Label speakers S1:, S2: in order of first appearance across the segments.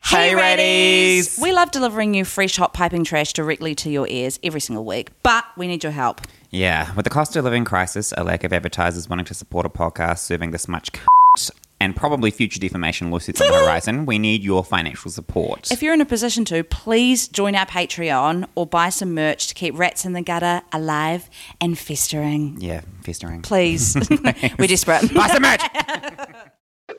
S1: Hey, readies.
S2: We love delivering you fresh, hot piping trash directly to your ears every single week, but we need your help.
S1: Yeah, with the cost of living crisis, a lack of advertisers wanting to support a podcast serving this much c- and probably future defamation lawsuits on the horizon, we need your financial support.
S2: If you're in a position to, please join our Patreon or buy some merch to keep rats in the gutter alive and festering.
S1: yeah, festering.
S2: Please. We're desperate.
S1: Buy some merch!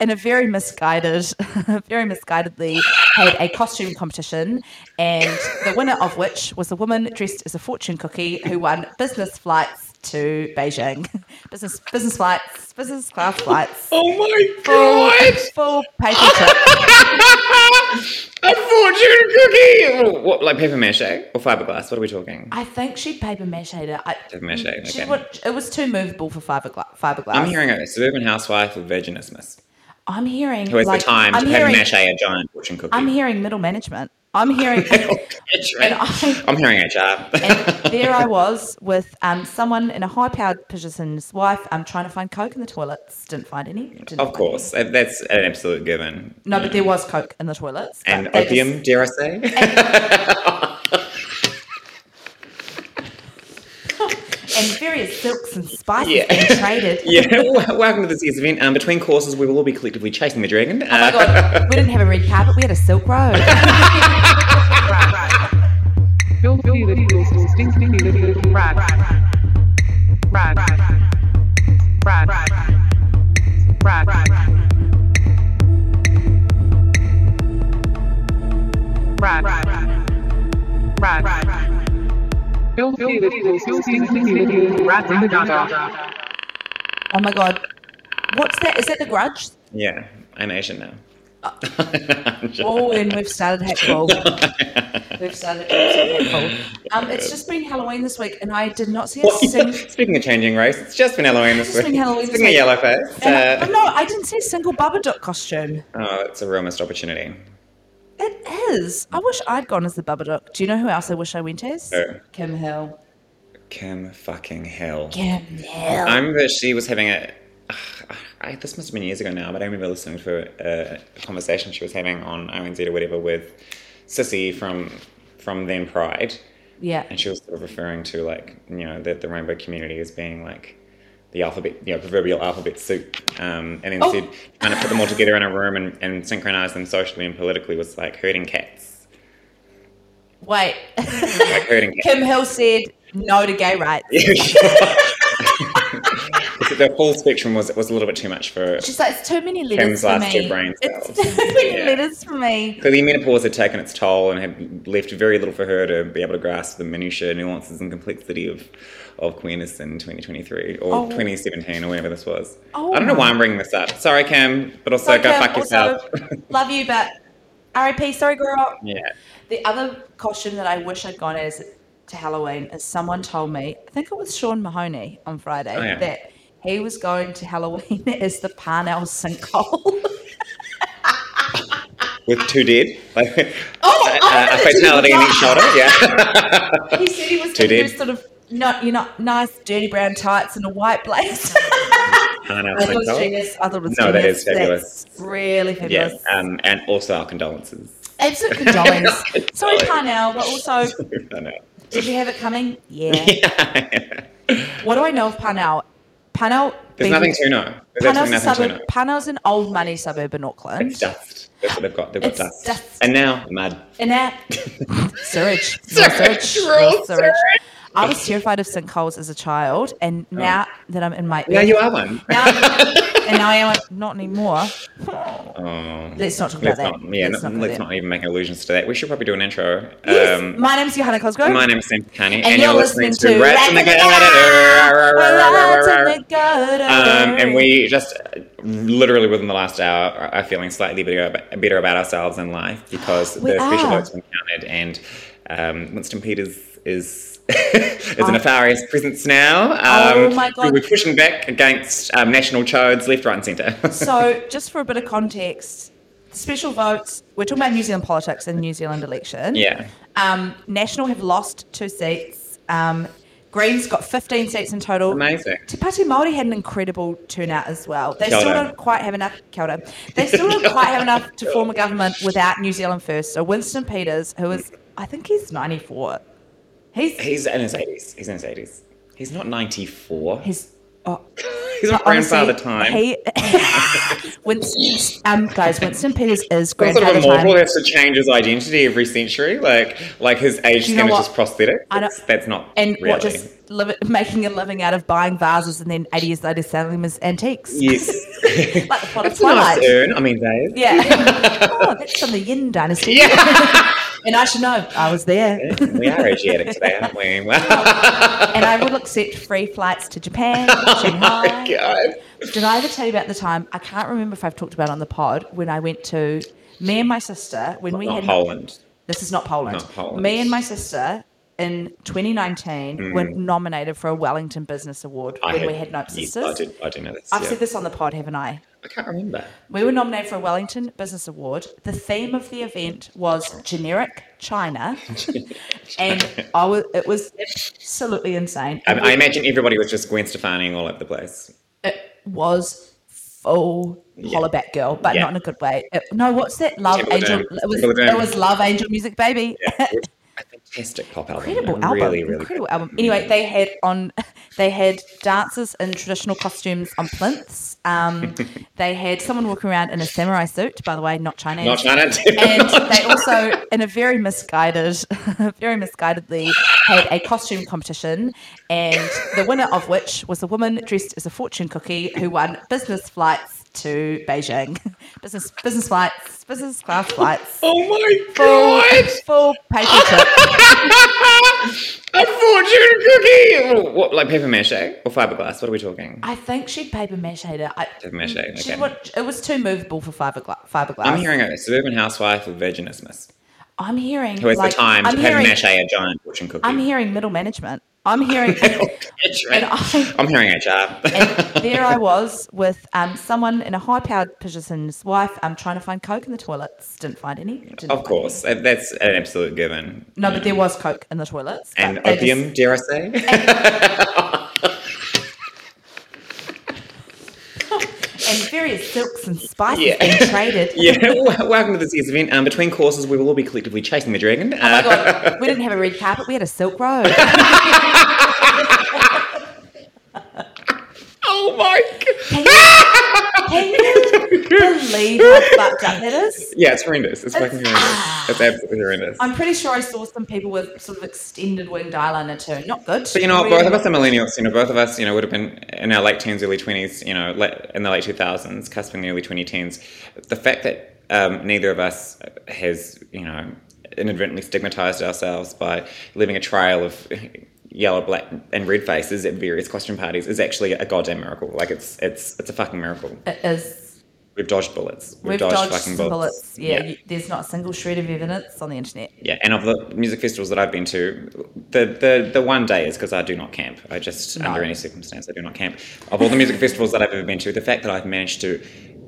S3: in a very misguided, very misguidedly had a costume competition, and the winner of which was a woman dressed as a fortune cookie who won business flights to Beijing, business business flights, business class flights,
S4: Oh my
S3: full,
S4: god!
S3: full paper trip.
S4: A fortune cookie! What, like paper mache or fiberglass? What are we talking?
S3: I think she paper mache it. I,
S4: Paper mache,
S3: she
S4: okay.
S3: would- it was too movable for fiberglass. fiberglass.
S4: I'm hearing a suburban housewife of Virginismus
S3: I'm hearing.
S4: who has
S3: like,
S4: the time to
S3: I'm
S4: paper
S3: hearing,
S4: mache a giant fortune cookie.
S3: I'm hearing middle management. I'm hearing. and I-
S4: I'm hearing HR.
S3: and there I was with um, someone in a high powered position's wife. I'm trying to find Coke in the toilets. Didn't find any. Didn't
S4: of
S3: find
S4: course, that's an absolute given.
S3: any. No, but there was Coke in the toilets. but
S4: And
S3: they just-
S4: opium, dare I say?
S3: and various silks and spices
S4: Yeah.
S3: being traded.
S4: yeah, well, welcome to this year's event. Um, between courses, we will all be collectively chasing the dragon. Uh,
S3: Oh my God, we didn't have a red carpet. We had a silk road.
S5: Filthy little stinky little rat. Rat. Rat. Rat. Rat. Rat. Filthy little stinky little rat.
S3: Oh my God. What's that? Is that the grudge?
S4: yeah, I'm Asian now.
S3: Oh, and we've started hateful. we've started absolutely hateful. Um, it's just been Halloween this week, and I did not see a single.
S4: Speaking of changing race, it's just been Halloween this
S3: It's just
S4: week.
S3: been Halloween
S4: Speaking of
S3: this
S4: yellow
S3: week.
S4: face,
S3: And
S4: uh,
S3: I- no, I didn't see a single Babadook costume.
S4: oh, it's a real missed opportunity.
S3: It is. I wish I'd gone as the Babadook. Do you know who else I wish I went as?
S4: Who?
S3: Kim Hill.
S4: Kim fucking hell.
S3: Kim Hill.
S4: I remember she was having a. ugh, I, this must have been years ago now, but I remember listening to a, a conversation she was having on ONZ or whatever with Sissy from from then Pride,
S3: Yeah.
S4: and she was sort of referring to like you know the, the rainbow community as being like the alphabet, you know, proverbial alphabet soup, um, and then
S3: Oh.
S4: said trying to put them all together in a room and, and synchronize them socially and politically was like herding cats,
S3: Wait.
S4: like herding cats.
S3: Kim Hill said no to gay rights.
S4: the full spectrum was was a little bit too much for
S3: She's like, it's too many
S4: Kim's
S3: letters for
S4: last two
S3: me.
S4: brain
S3: It's
S4: cells.
S3: too many
S4: Yeah.
S3: letters for me.
S4: Clearly, menopause had taken its toll and had left very little for her to be able to grasp the minutiae, nuances, and complexity of, of queerness in 2023 or
S3: Oh.
S4: 2017 or whenever this was.
S3: Oh
S4: I don't know
S3: my-
S4: why I'm bringing this up. Sorry, Kim, but also
S3: Sorry,
S4: go
S3: Kim,
S4: fuck yourself.
S3: also, love you, but RIP, sorry girl.
S4: yeah.
S3: The other costume that I wish I'd gone as to Halloween is someone told me, I think it was Sean Mahoney on Friday,
S4: Oh, yeah.
S3: that he was going to Halloween as the Parnell sinkhole.
S4: With two dead, like uh,
S3: Oh,
S4: a, a fatality in each shoulder. Yeah.
S3: He said he
S4: Too
S3: was going to do
S4: deep.
S3: sort of not, you know, nice dirty brown tights and a white blazer.
S4: And I
S3: I
S4: was
S3: thought it
S4: like,
S3: was
S4: oh.
S3: genius. I thought it was
S4: No, that
S3: genius.
S4: is fabulous.
S3: That's really
S4: yeah.
S3: fabulous.
S4: Um, and also our condolences.
S3: Absolute condolence. Sorry,
S4: Sorry.
S3: Parnell, but also,
S4: I know.
S3: did you have it coming? Yeah. What do I know of Parnell? Parnell.
S4: There's nothing to know. There's
S3: Parnell's,
S4: absolutely nothing
S3: a
S4: to
S3: suburb,
S4: know.
S3: Parnell's an old money suburb in Auckland.
S4: It's dust. That's what they've got. They've got
S3: It's
S4: dust.
S3: dust.
S4: And now mud.
S3: And that sewage,
S4: Sewage,
S3: More sewage,
S4: real
S3: more sewage. I was terrified of sinkholes as a child, and now that I'm in my
S4: Oh. Now you are one.
S3: now, and now I am not anymore.
S4: Oh.
S3: Let's not talk
S4: Let's
S3: about that.
S4: not, yeah, let's,
S3: let's not,
S4: not,
S3: do that.
S4: even make allusions to that. We should probably do an intro.
S3: Yes,
S4: Um,
S3: my name's Johanna Cosgrove.
S4: my name is Sam Kani, and,
S3: and,
S4: you're listening, to Rats in the
S3: Rats in
S4: Gutter.
S3: the Gutter.
S4: Um, and we just uh, literally within the last hour are are feeling slightly better ab- better about ourselves in life because
S3: We
S4: the special
S3: are.
S4: votes been counted and um, Winston Peters is is a nefarious presence now.
S3: Oh
S4: Um,
S3: my
S4: who
S3: God.
S4: We're pushing back against um, national chodes left, right, and centre.
S3: So, just for a bit of context, special votes. We're talking about New Zealand politics and New Zealand election.
S4: yeah.
S3: Um, National have lost two seats. Um, Greens got 15 seats in total.
S4: Amazing.
S3: Te Pāti Māori had an incredible turnout as well. They
S4: Kia
S3: still
S4: ora.
S3: don't quite have enough. Kia ora. They still don't quite have enough to form a government without New Zealand first. So Winston Peters, who is, I think he's 94. He's
S4: He's in his 80s. He's in his 80s. He's not 94.
S3: he's oh,
S4: He's not
S3: honestly,
S4: grandfather time.
S3: He, Winston, um, guys, Winston Peters is
S4: Some sort of
S3: grandfather
S4: immortal
S3: time.
S4: has to change his identity every century. Like, like his age
S3: you
S4: scan
S3: know
S4: is
S3: what?
S4: just prosthetic.
S3: I don't-
S4: That's, that's not
S3: And
S4: really.
S3: what just live, making a living out of buying vases and then 80 years later selling them as antiques.
S4: yes.
S3: Like the plot of
S4: it's a nice
S3: Twilight.
S4: urn. I mean, Dave.
S3: Yeah. oh, that's from the Yin Dynasty. and I should know, I was there.
S4: We are Asiatic today, aren't we? Wow.
S3: And I will accept free flights to Japan,
S4: Oh My
S3: Shanghai.
S4: God.
S3: Did I ever tell you about the time? I can't remember if I've talked about it on the pod when I went to me and my sister when we
S4: Not
S3: had
S4: Poland.
S3: This is not Poland.
S4: Not Poland. Mm.
S3: Me and my sister in 2019 were nominated for a Wellington Business Award
S4: I
S3: when
S4: had,
S3: we had no
S4: yes,
S3: sisters.
S4: I did. I do know this.
S3: I've
S4: yeah.
S3: said this on the pod, haven't I?
S4: I can't remember.
S3: We were nominated for a Wellington Business Award. The theme of the event was generic China, and I was, it was absolutely insane.
S4: I, I imagine everybody was just Gwen Stefani all over the place.
S3: It was full hollaback girl, but
S4: Yeah.
S3: not in a good way. It- no, what's that? Love
S4: Temple
S3: Angel.
S4: Doom.
S3: It was,
S4: Temple Doom.
S3: it was Love Angel Music, baby.
S4: Fantastic pop album.
S3: incredible
S4: I'm
S3: album.
S4: Really, really
S3: incredible
S4: good.
S3: album. Anyway, they had on they had dancers in traditional costumes on plinths. Um, they had someone walking around in a samurai suit, by the way, not Chinese.
S4: Not China.
S3: and they also, in a very misguided, very misguidedly, had a costume competition, and the winner of which was a woman dressed as a fortune cookie who won business flights to Beijing, business business flights, business class flights,
S4: oh my
S3: full
S4: god!
S3: full paper trip.
S4: A fortune cookie. What, like paper mache or fiberglass? What are we talking?
S3: I think she'd paper mache it. I,
S4: Paper mache,
S3: She
S4: okay.
S3: would, it was too movable for fiberglass. fiberglass.
S4: I'm hearing a suburban housewife of Virginismus
S3: I'm hearing.
S4: who has
S3: like,
S4: the time to
S3: I'm
S4: paper
S3: hearing,
S4: mache a giant fortune cookie.
S3: I'm hearing middle management. I'm hearing. and I-
S4: I'm hearing HR.
S3: and there I was with um, someone in a high-powered position's wife. I'm trying to find coke in the toilets. Didn't find any. Didn't
S4: of
S3: find
S4: course, that's an absolute given.
S3: any. No, but there was coke in the toilets. but
S4: And
S3: they
S4: opium,
S3: just-
S4: dare I say?
S3: and various silks and spices
S4: Yeah.
S3: being traded.
S4: yeah. Well, welcome to this year's event. Um, between courses, we will all be collectively chasing the dragon.
S3: Oh my god, we didn't have a red carpet. We had a silk road.
S4: oh my god!
S3: Can you, can you believe how fucked up that is?
S4: Yeah, it's horrendous. It's fucking
S3: ah.
S4: horrendous. It's absolutely horrendous.
S3: I'm pretty sure I saw some people with sort of extended winged eyeliner too. Not good.
S4: But you know, what, both of us are millennials. You know, both of us, you know, would have been in our late teens, early twenties. You know, late, in the late two thousands, cusping the early twenty teens. The fact that um, neither of us has, you know, inadvertently stigmatized ourselves by living a trail of yellow, black, and red faces at various costume parties is actually a goddamn miracle. Like it's it's it's a fucking miracle.
S3: It is.
S4: We've dodged bullets. We've,
S3: We've dodged, some bullets. Yeah,
S4: yeah.
S3: You, there's not a single shred of evidence on the internet.
S4: Yeah, and of the music festivals that I've been to, the the, the one day is because I do not camp. I just under any circumstance I do not camp. Of all the music festivals that I've ever been to, the fact that I've managed to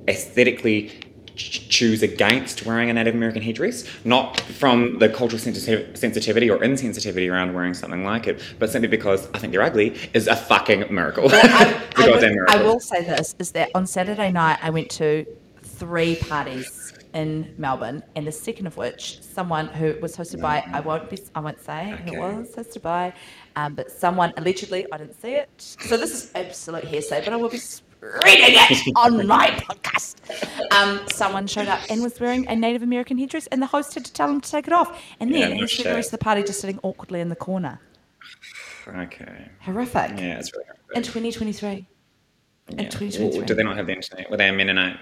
S4: aesthetically ch- choose against wearing a Native American headdress, not from the cultural sensitiv- sensitivity or insensitivity around wearing something like it, but simply because I think they're ugly, is a fucking miracle. it's a
S3: I,
S4: goddamn
S3: will,
S4: miracle.
S3: I will say this is that on Saturday night, I went to three parties in Melbourne, and the second of which, someone who was hosted by, I won't be, I won't say
S4: Mm.
S3: who
S4: Okay.
S3: it was hosted by, um, but someone allegedly, I didn't see it. So this is absolute hearsay, but I will be spreading it on my podcast. Um, someone showed up and was wearing a Native American headdress, and the host had to tell him to take it off. And then
S4: Yeah,
S3: he
S4: no
S3: spent the rest
S4: shit.
S3: of the party just sitting awkwardly in the corner.
S4: Okay.
S3: Horrific.
S4: Yeah, it's really horrible.
S3: In 2023.
S4: Yeah.
S3: in 2023.
S4: Do they not have the internet? Were they a Mennonite?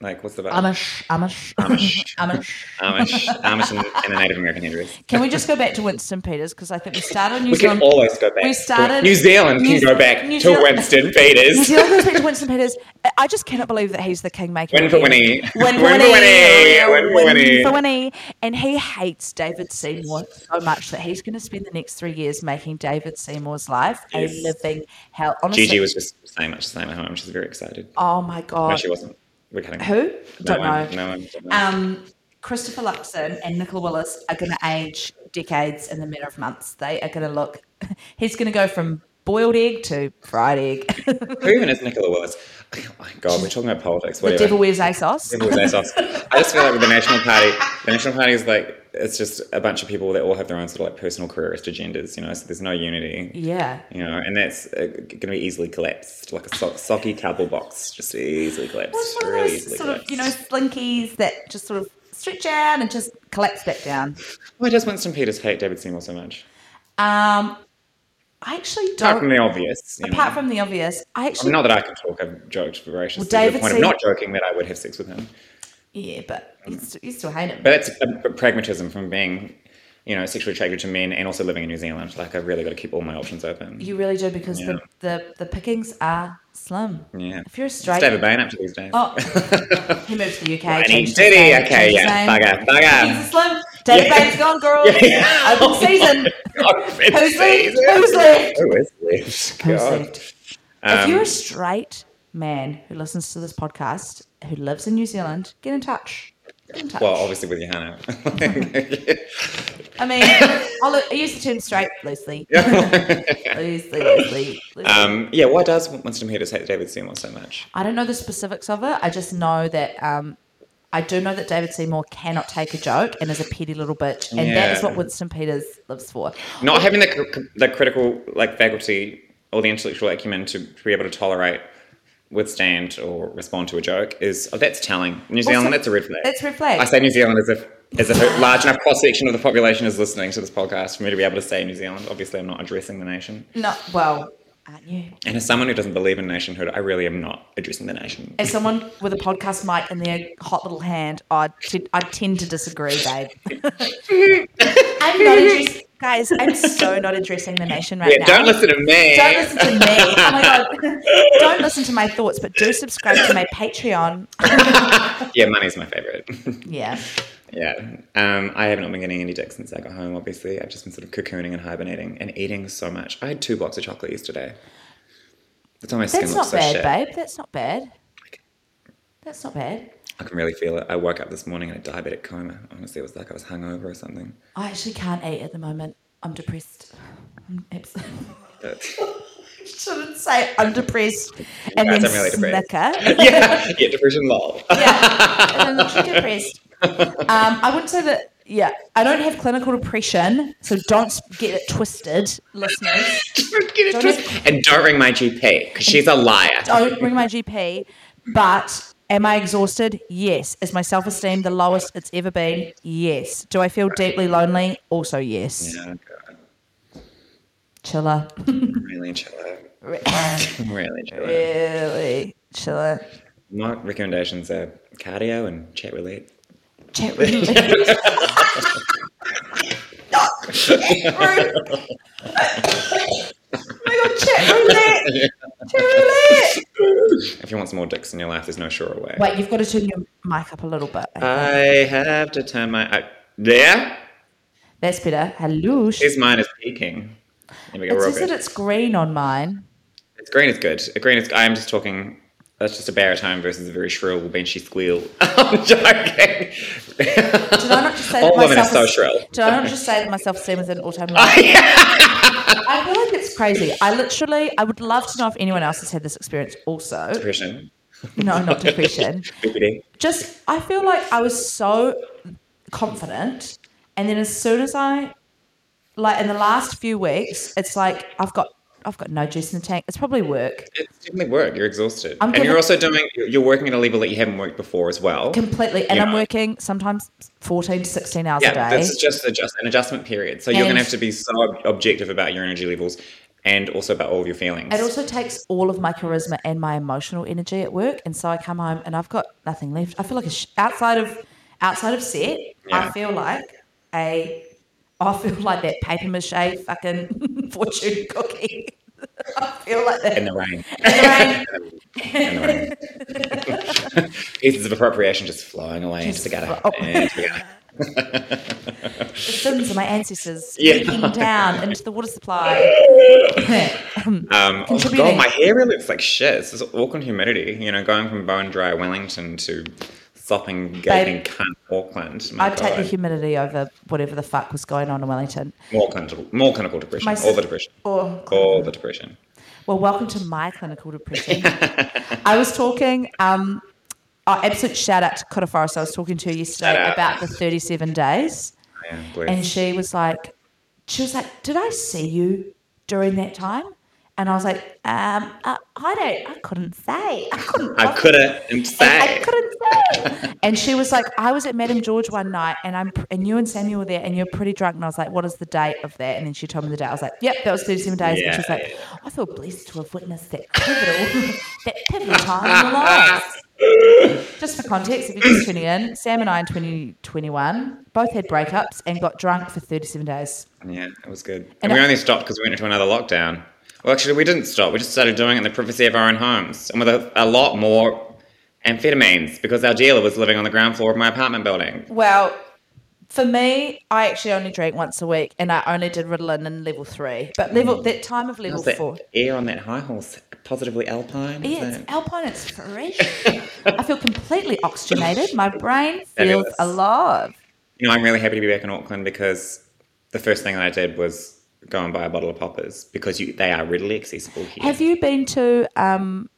S4: Like, what's the vibe?
S3: Amish, Amish,
S4: Amish.
S3: Amish.
S4: Amish, Amish, and, and a Native American headdress.
S3: Can we just go back to Winston Peters because I think we started on New
S4: We
S3: Zealand.
S4: can always go back.
S3: We started
S4: New Zealand can
S3: New-
S4: go back
S3: New
S4: to
S3: Zealand-
S4: Winston
S3: New
S4: Peters.
S3: Zealand goes back to Winston Peters. I- I just cannot believe that he's the kingmaker.
S4: Win for
S3: again.
S4: Winnie.
S3: Win for
S4: Win for
S3: Winnie.
S4: Winnie. Win for Winnie.
S3: for Winnie. And he hates David Seymour so much that he's going to spend the next three years making David Seymour's life
S4: Yes.
S3: a living hell. Honestly,
S4: Gigi was just so much the same at home. She's very excited.
S3: Oh my
S4: No,
S3: god.
S4: she wasn't. We're cutting.
S3: Who?
S4: No
S3: Don't
S4: one,
S3: know.
S4: No one. don't know.
S3: Um, Christopher Luxon and Nicola Willis are going to age decades in the matter of months. They are going to look. He's going to go from boiled egg to fried egg.
S4: Who even is Nicola Willis? Oh my God, we're talking about politics.
S3: the
S4: Whatever.
S3: devil wears ASOS.
S4: Devil wears ASOS. I just feel like with the National Party, the National Party is like it's just a bunch of people that all have their own sort of like personal careerist agendas, you know. So there's no unity.
S3: Yeah.
S4: You know, and that's uh, going to be easily collapsed, like a so- socky cardboard box, just easily collapsed,
S3: It's one of
S4: really
S3: those
S4: easily
S3: sort of, you know,
S4: collapsed.
S3: slinkies that just sort of stretch out and just collapse back down.
S4: Why does Winston Peters hate David Seymour so much?
S3: Um, I actually
S4: Apart from
S3: don't.
S4: the obvious, you
S3: Apart
S4: know.
S3: from the obvious, I
S4: I mean,
S3: actually
S4: not that I can talk. I've joked voraciously.
S3: Well,
S4: to the
S3: David
S4: point
S3: Sey-
S4: of not joking that I would have sex with him.
S3: yeah, but you still, you still hate him.
S4: But that's a pragmatism from being, you know, sexually attracted to men and also living in New Zealand. Like, I've really got to keep all my options open.
S3: You really do because the, the the pickings are slim.
S4: yeah.
S3: If you're a
S4: It's
S3: straight,
S4: David Bain up to these days.
S3: oh, he moved to the UK.
S4: and he
S3: changed his
S4: did he?
S3: name,
S4: Okay,
S3: changed his
S4: yeah.
S3: name.
S4: Bugger,
S3: He's a
S4: bugger.
S3: slim. David
S4: Yeah.
S3: Bain's gone, girl.
S4: Yeah.
S3: Open season.
S4: God, it's
S3: Who's left?
S4: season.
S3: Who's left?
S4: Who is left?
S3: Who's
S4: God.
S3: left? if you're
S4: Um,
S3: a straight man who listens to this podcast who lives in New Zealand, get in touch. Get in touch.
S4: Well, obviously with Johanna.
S3: I mean, I'll, I use the term straight loosely. loosely, loosely, loosely.
S4: um, yeah, why does Winston Peters hate David Seymour so much?
S3: I don't know the specifics of it. I just know that um, I do know that David Seymour cannot take a joke and is a petty little bitch, and that
S4: Yeah.
S3: is what Winston Peters lives for.
S4: Not having the, cr- the critical like faculty or the intellectual acumen to be able to tolerate, withstand, or respond to a joke is oh, that's telling. New Zealand,
S3: Also,
S4: that's a red flag.
S3: that's red flag.
S4: I say New Zealand as if as if a large enough cross section of the population is listening to this podcast for me to be able to say New Zealand. Obviously, I'm not addressing the nation.
S3: No, well, aren't you?
S4: And as someone who doesn't believe in nationhood, I really am not addressing the nation.
S3: As someone with a podcast mic in their hot little hand, I t- I tend to disagree, babe. I'm not address- guys. I'm so not addressing the nation right
S4: yeah,
S3: now.
S4: don't listen to me.
S3: Don't listen to me. Oh my god. Don't listen to my thoughts, but do subscribe to my Patreon.
S4: Yeah, money's my favorite.
S3: Yeah.
S4: yeah. Um, I haven't been getting any dick since I got home, obviously. I've just been sort of cocooning and hibernating and eating so much. I had two blocks of chocolate yesterday. That's why my skin
S3: That's
S4: looks
S3: not
S4: so
S3: bad,
S4: shit.
S3: babe. That's not bad. That's not bad.
S4: I can really feel it. I woke up this morning in a diabetic coma. Honestly, it was like I was hungover or something.
S3: I actually can't eat at the moment. I'm depressed. I'm abs-
S4: But
S3: shouldn't say I'm depressed and
S4: Guys,
S3: then
S4: I'm really depressed.
S3: snicker.
S4: yeah, yeah, depression lol.
S3: Yeah, I'm literally depressed. Um, I wouldn't say that. Yeah, I don't have clinical depression, so don't get it twisted, listeners.
S4: Get it twisted. and don't ring my GP because she's a liar.
S3: don't ring my GP. But am I exhausted? Yes. Is my self esteem the lowest it's ever been? Yes. Do I feel deeply lonely? Also, yes.
S4: Yeah, God,
S3: Chiller.
S4: really chill out. Really chill out.
S3: really? Chiller.
S4: My recommendations are cardio and chat roulette.
S3: Chat room. Not chat room. oh my god, chat roulette! Chat roulette!
S4: If you want some more dicks in your life, there's no surer way.
S3: Wait, you've got to turn your mic up a little bit.
S4: I have to turn my. I, there?
S3: That's better. Hello.
S4: This mine is peaking. There we go.
S3: It's
S4: We're all
S3: just that
S4: good.
S3: it's green on mine.
S4: It's green is good. Green is. I'm just talking. That's just a baritone versus a very shrill benchy squeal. I'm joking.
S3: Did I not just say
S4: All
S3: that
S4: women are
S3: myself
S4: so
S3: is-
S4: shrill.
S3: Did I not just say that my self esteem is an all time low? I feel like it's crazy. I literally, I would love to know if anyone else has had this experience also.
S4: Depression.
S3: No, not depression.
S4: BPD.
S3: Just, I feel like I was so confident. And then as soon as I, like in the last few weeks, it's like I've got, I've got no juice in the tank. It's probably work.
S4: It's definitely work. You're exhausted,
S3: I'm
S4: and
S3: gonna-
S4: you're also doing. You're working at a level that you haven't worked before as well.
S3: Completely. And
S4: Yeah.
S3: I'm working sometimes 14 to 16 hours a
S4: yeah,
S3: day.
S4: this is just adjust, an adjustment period. So you're
S3: And-
S4: going to have to be so ob- objective about your energy levels and also about all of your feelings.
S3: It also takes all of my charisma and my emotional energy at work, and so I come home and I've got nothing left. I feel like a sh- outside of outside of set, I
S4: Yeah.
S3: feel like a I feel like that paper mache fucking fortune cookie. I feel like that.
S4: in the rain.
S3: Anyway,
S4: In the rain. Pieces of appropriation just flying away into the gutter.
S3: fro-
S4: And we go,
S3: the sins of my ancestors
S4: Yeah.
S3: leaking down into the water supply.
S4: um, oh my
S3: Contributing.
S4: god, my hair really looks like shit. It's this awkward humidity. You know, going from bone dry Wellington to sopping, gaping cunt Auckland. My
S3: I'd take the
S4: God.
S3: humidity over whatever the fuck was going on in Wellington.
S4: more clinical, more clinical depression,
S3: My
S4: all
S3: sis-
S4: the depression,
S3: Or
S4: all the depression.
S3: Well, welcome to my clinical depression. I was talking, um, oh, absolute shout out to Cotta Forest. I was talking to her
S4: Shout
S3: yesterday
S4: out.
S3: about the 37 days,
S4: Yeah, bless.
S3: and she was like, she was like, did I see you during that time? And I was like, um, uh, I don't, I couldn't say. I couldn't.
S4: I couldn't
S3: I
S4: say.
S3: couldn't say. And she was like, I was at Madame George one night, and I'm and you and Samuel were there, and you're pretty drunk. And I was like, What is the date of that? And then she told me the date. I was like, Yep, that was 37 days. and she was
S4: Yeah,
S3: like, I feel blessed to have witnessed that pivotal, that pivotal time in your lives. Just for context, if you're just tuning in, Sam and I in 2021 both had breakups and got drunk for 37 days.
S4: Yeah, it was good. And,
S3: And
S4: we
S3: I-
S4: only stopped because we went into another lockdown. Well, actually, we didn't stop. We just started doing it in the privacy of our own homes and with a, a lot more amphetamines because our dealer was living on the ground floor of my apartment building.
S3: Well, for me, I actually only drank once a week, and I only did Ritalin in level three. But level that time of level
S4: What's Mm. that
S3: four.
S4: air on that high horse? Positively alpine? Is
S3: Yeah, it's
S4: that-
S3: alpine. It's fresh. I feel completely oxygenated. My brain feels
S4: Fabulous.
S3: alive.
S4: You know, I'm really happy to be back in Auckland because the first thing that I did was go and buy a bottle of poppers because you, they are readily accessible here.
S3: Have you been to um,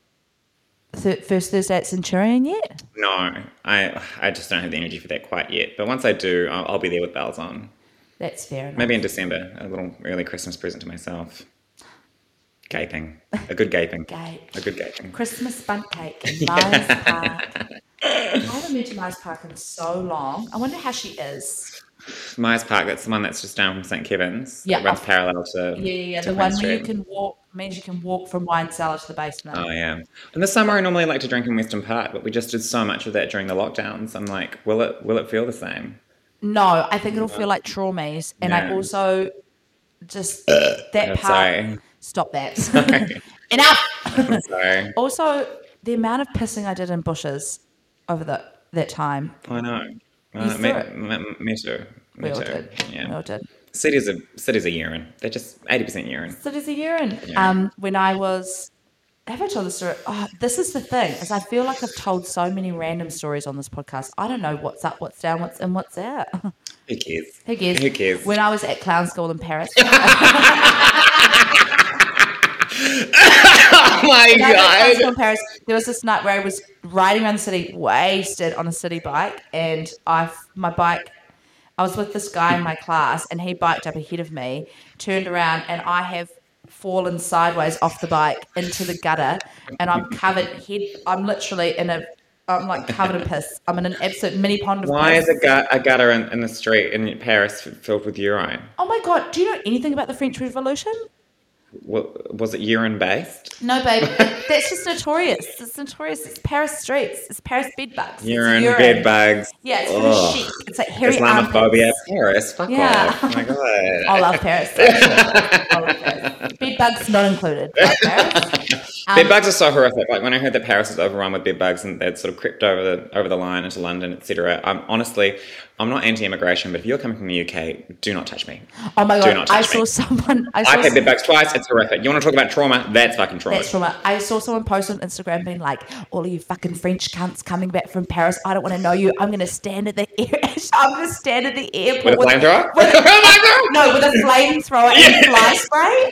S3: th- First Thursday at Centurion yet?
S4: No, I I just don't have the energy for that quite yet. But once I do, I'll, I'll be there with bells on.
S3: That's fair enough.
S4: Maybe in December, a little early Christmas present to myself. Gaping, a good gaping,
S3: Gape.
S4: a good gaping.
S3: Christmas bun cake in Mars Park. I haven't been to Mars Park in so long. I wonder how she is.
S4: Myers Park, that's the one that's just down from St Kevin's.
S3: Yeah,
S4: it runs
S3: off-
S4: parallel to
S3: Yeah, yeah, yeah.
S4: to
S3: The
S4: Queen
S3: one where you
S4: Street.
S3: can walk means you can walk from wine cellar to the basement.
S4: Oh yeah. In the summer, I normally like to drink in Western Park, but we just did so much of that during the lockdowns. I'm like, will it will it feel the same?
S3: No, I think it'll feel like traumas, and I
S4: Yeah. Uh,
S3: also just that
S4: I'm
S3: part.
S4: sorry.
S3: Stop that.
S4: Sorry.
S3: Enough.
S4: I'm sorry.
S3: also, the amount of pissing I did in bushes over the, that time.
S4: I know.
S3: You
S4: Uh,
S3: saw it.
S4: me, me, me too.
S3: We
S4: Me
S3: all
S4: too.
S3: did. We
S4: Yeah.
S3: all did.
S4: Cities are cities are urine. They're just eighty percent urine.
S3: So there's a urine.
S4: Yeah.
S3: Um, when I was, have I told the story? Oh, this is the thing, is I feel like I've told so many random stories on this podcast. I don't know what's up, what's down, what's in, what's out.
S4: Who cares?
S3: Who cares?
S4: Who cares?
S3: When I was at clown school in Paris,
S4: oh my
S3: When I was at
S4: god!
S3: Costco in Paris, there was this night where I was riding around the city, wasted on a city bike, and I my bike. I was with this guy in my class, and he biked up ahead of me, turned around, and I have fallen sideways off the bike into the gutter, and I'm covered head. I'm literally in a. I'm like covered in piss. I'm in an absolute mini pond of
S4: Why
S3: piss.
S4: is a, gut, a gutter in, in the street in Paris f- filled with urine?
S3: Oh my god! Do you know anything about the French Revolution?
S4: Wa- Was it urine based?
S3: No, babe. That's just notorious. It's notorious. It's Paris streets. It's Paris bed bugs.
S4: Urine,
S3: it's urine.
S4: bed bugs.
S3: Yeah, it's for the
S4: Ugh.
S3: chic. It's like hairy
S4: Islamophobia,
S3: armpits.
S4: Paris. Fuck
S3: Yeah.
S4: off! Oh my god.
S3: I love Paris. I love Paris. Bed bugs not included. Love Paris. Um,
S4: Bed bugs are so horrific. Like when I heard that Paris was overrun with bed bugs and they'd sort of crept over the over the line into London, etc. I'm honestly, I'm not anti-immigration, but if you're coming from the UK, do not touch me.
S3: Oh my
S4: do
S3: god!
S4: not
S3: I
S4: touch
S3: saw
S4: me.
S3: someone. I saw
S4: I've had
S3: some-
S4: bed bugs twice. It's horrific. You want to talk about trauma? That's fucking trauma.
S3: That's from a, I saw someone post on Instagram being like, "All of you fucking French cunts coming back from Paris, I don't want to know you. I'm gonna stand at the air. I'm gonna stand at the
S4: With a
S3: airport
S4: flamethrower?
S3: with-
S4: oh my god!
S3: no with a flamethrower and fly spray."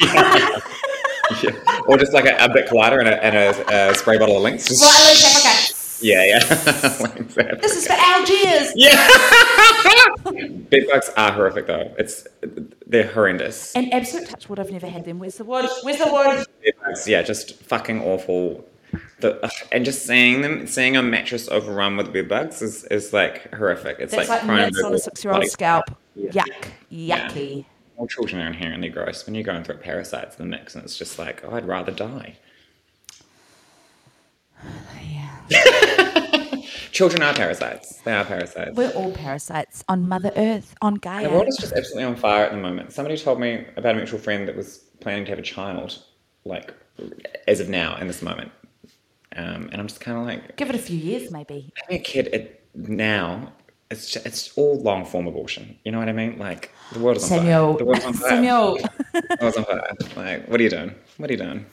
S4: Yeah. Or just like a, a bit collider and a, and a, a spray bottle of links.
S3: well, I live in Africa.
S4: yeah, yeah. Like that.
S3: This is for Algiers.
S4: yeah. bed bugs are horrific though. It's they're horrendous.
S3: An absolute touch wood. I've never had them. Where's the wood? Where's the wood?
S4: It's- yeah, just fucking awful. The, ugh, and just seeing them, seeing a mattress overrun with bed bugs is, is like horrific. It's
S3: That's like,
S4: like,
S3: nuts
S4: Cronenberg
S3: on a
S4: with
S3: six-year-old
S4: bloody-
S3: scalp. Yuck, yucky.
S4: All children are inherently gross. When you're going through parasites in the mix, and it's just like, oh, I'd rather die. Yeah. children are parasites. They are parasites.
S3: We're all parasites on Mother Earth, on Gaia.
S4: The world is just absolutely on fire at the moment. Somebody told me about a mutual friend that was planning to have a child, like as of now, in this moment. Um, and I'm just kind of like,
S3: Give it a few years, maybe.
S4: having a kid at now, it's just, it's all long form abortion. You know what I mean? Like the world is on
S3: Samuel,
S4: fire. The world's on fire.
S3: Samuel,
S4: The world's on fire. Like, what are you doing? What are you doing?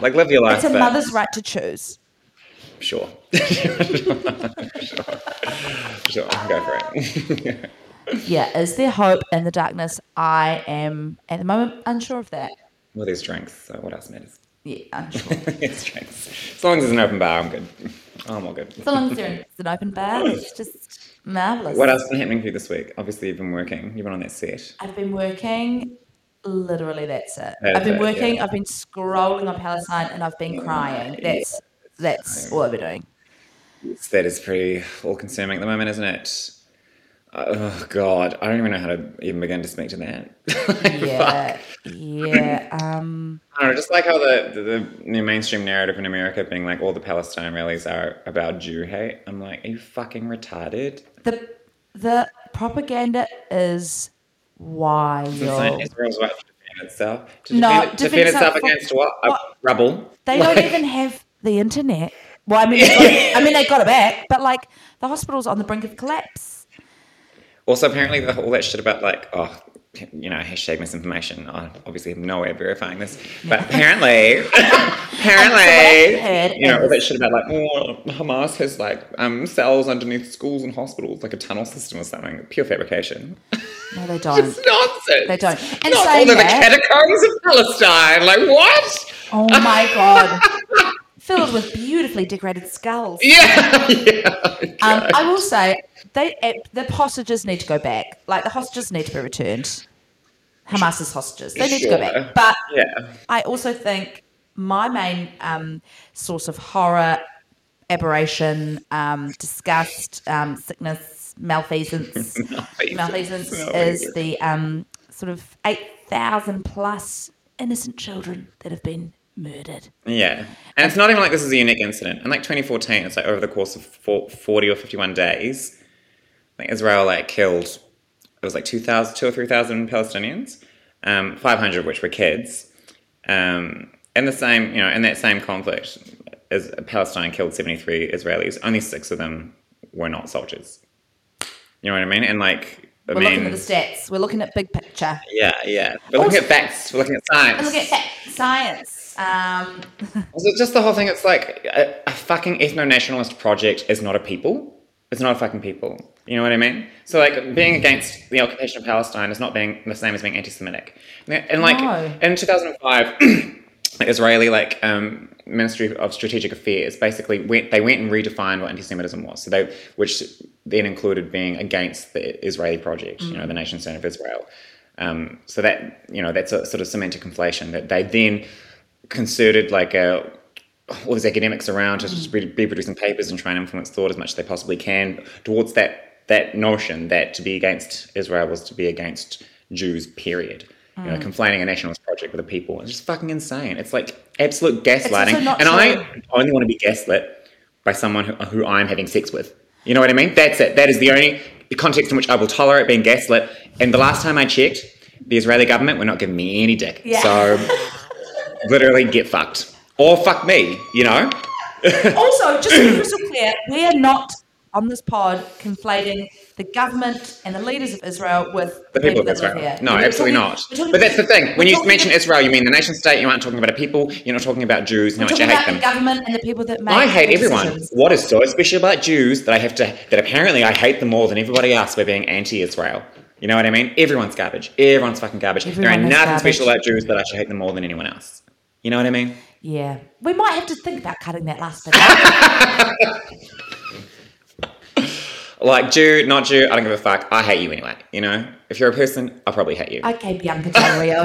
S4: Like, live your life.
S3: it's a
S4: but-
S3: mother's right to choose.
S4: Sure. sure. Sure. Go for it.
S3: Yeah, is there hope in the darkness? I am at the moment unsure of that.
S4: well, there's drinks, so what else matters?
S3: Yeah, unsure.
S4: there's drinks. As long as it's an open bar, I'm good. I'm all good.
S3: So long as there is an open bar, it's just marvelous.
S4: What else has been happening for you this week? Obviously, you've been working. You've been on that set.
S3: I've been working. Literally, that's it.
S4: That's
S3: I've been
S4: it,
S3: working.
S4: yeah.
S3: I've been scrolling on Palestine, and I've been crying. That's that's all I've been doing.
S4: That is pretty all-consuming at the moment, isn't it? Oh God, I don't even know how to even begin to speak to that. Like, fuck.
S3: Yeah, yeah. Um,
S4: I don't know, just like how the, the the mainstream narrative in America being like all the Palestine rallies are about Jew hate. I'm like, are you fucking retarded?
S3: the the propaganda is
S4: Isn't
S3: wild.
S4: Israel's right to defend itself. To
S3: No,
S4: defend, it- defend
S3: defend
S4: itself
S3: itself for-
S4: against what? Uh,
S3: what?
S4: Rubble.
S3: They
S4: Like,
S3: don't even have the internet. Well, I mean, they got it- I mean, they got it back, but like the hospital's on the brink of collapse.
S4: Also, apparently, the, all that shit about like, oh, you know, hashtag misinformation. I obviously have no way of verifying this, but apparently,
S3: And so what I've heard
S4: apparently, you know, all that
S3: is-
S4: shit about like, oh, Hamas has like um, cells underneath schools and hospitals, like a tunnel system or something. Pure fabrication.
S3: No, they don't.
S4: It's nonsense.
S3: They don't. And
S4: Not
S3: saying
S4: all of the
S3: that-
S4: catacombs of Palestine. Like what?
S3: Oh my god. Filled with beautifully decorated skulls.
S4: Yeah, yeah.
S3: Um, I will say they eh, the hostages need to go back. Like the hostages need to be returned. Hamas's hostages. They need to go
S4: Sure.
S3: back. But
S4: Yeah.
S3: I also think my main um, source of horror, aberration, um, disgust, um, sickness, malfeasance, malfeasance is the um, sort of eight thousand plus innocent children that have been murdered.
S4: Yeah. And it's not even like this is a unique incident. In like 2014, it's like over the course of four, 40 or 51 days, like Israel like killed, it was like 2,000, 2 or 3,000 Palestinians, um, 500 of which were kids. Um, in the same, you know, in that same conflict, is, Palestine killed 73 Israelis. Only six of them were not soldiers. You know what I mean? And like, I
S3: We're
S4: mean,
S3: looking at the stats. We're looking at big picture.
S4: yeah, yeah. We're looking at facts. We're looking at science.
S3: We're looking at fact- science. Um,
S4: Also, just the whole thing, it's like a, a fucking ethno nationalist project is not a people. It's not a fucking people. You know what I mean? So, like, being against the occupation of Palestine is not being the same as being anti Semitic. And, like,
S3: No.
S4: in 2005, the Israeli, like, um, Ministry of Strategic Affairs basically went, they went and redefined what anti Semitism was. So, they, which then included being against the Israeli project, you know, the nation state of Israel. Um, so that you know that's a sort of semantic inflation that they then concerted like a all these academics around to just be, be producing papers and try and influence thought as much as they possibly can towards that that notion that to be against Israel was to be against Jews. Period. You
S3: Mm.
S4: know, conflating a nationalist project with a people. It's just fucking insane. It's like absolute gaslighting.
S3: also
S4: And
S3: not
S4: I only want to be gaslit by someone who, who I'm having sex with. You know what I mean? That's it. That is the only context in which I will tolerate being gaslit. And the last time I checked, the Israeli government were not giving me any dick.
S3: Yeah.
S4: So literally get fucked. Or fuck me, you know?
S3: also, just to be crystal clear, we are not on this pod conflating the government and the leaders of Israel with
S4: The people of
S3: that live
S4: Israel.
S3: here.
S4: No,
S3: We're
S4: absolutely
S3: talking-
S4: not.
S3: we're talking-
S4: But that's the thing. When
S3: we're
S4: you
S3: talking-
S4: mention Israel, you mean the nation state, you aren't talking about a people, you're not talking about Jews, and how
S3: we're
S4: much you
S3: talking
S4: hate
S3: about the
S4: them.
S3: government and the people that make
S4: I hate
S3: the
S4: everyone.
S3: decisions.
S4: What is so special about Jews that I have to, that apparently I hate them more than everybody else by being anti Israel? You know what I mean? Everyone's garbage. Everyone's fucking garbage. there ain't
S3: Everyone is
S4: nothing
S3: garbage.
S4: special about Jews that I should hate them more than anyone else. You know what I mean?
S3: Yeah, we might have to think about cutting that last bit. out.
S4: Like, Jew, not Jew, I don't give a fuck. I hate you anyway. You know? If you're a person, I'll probably hate you.
S3: okay, Bianca Del Rio.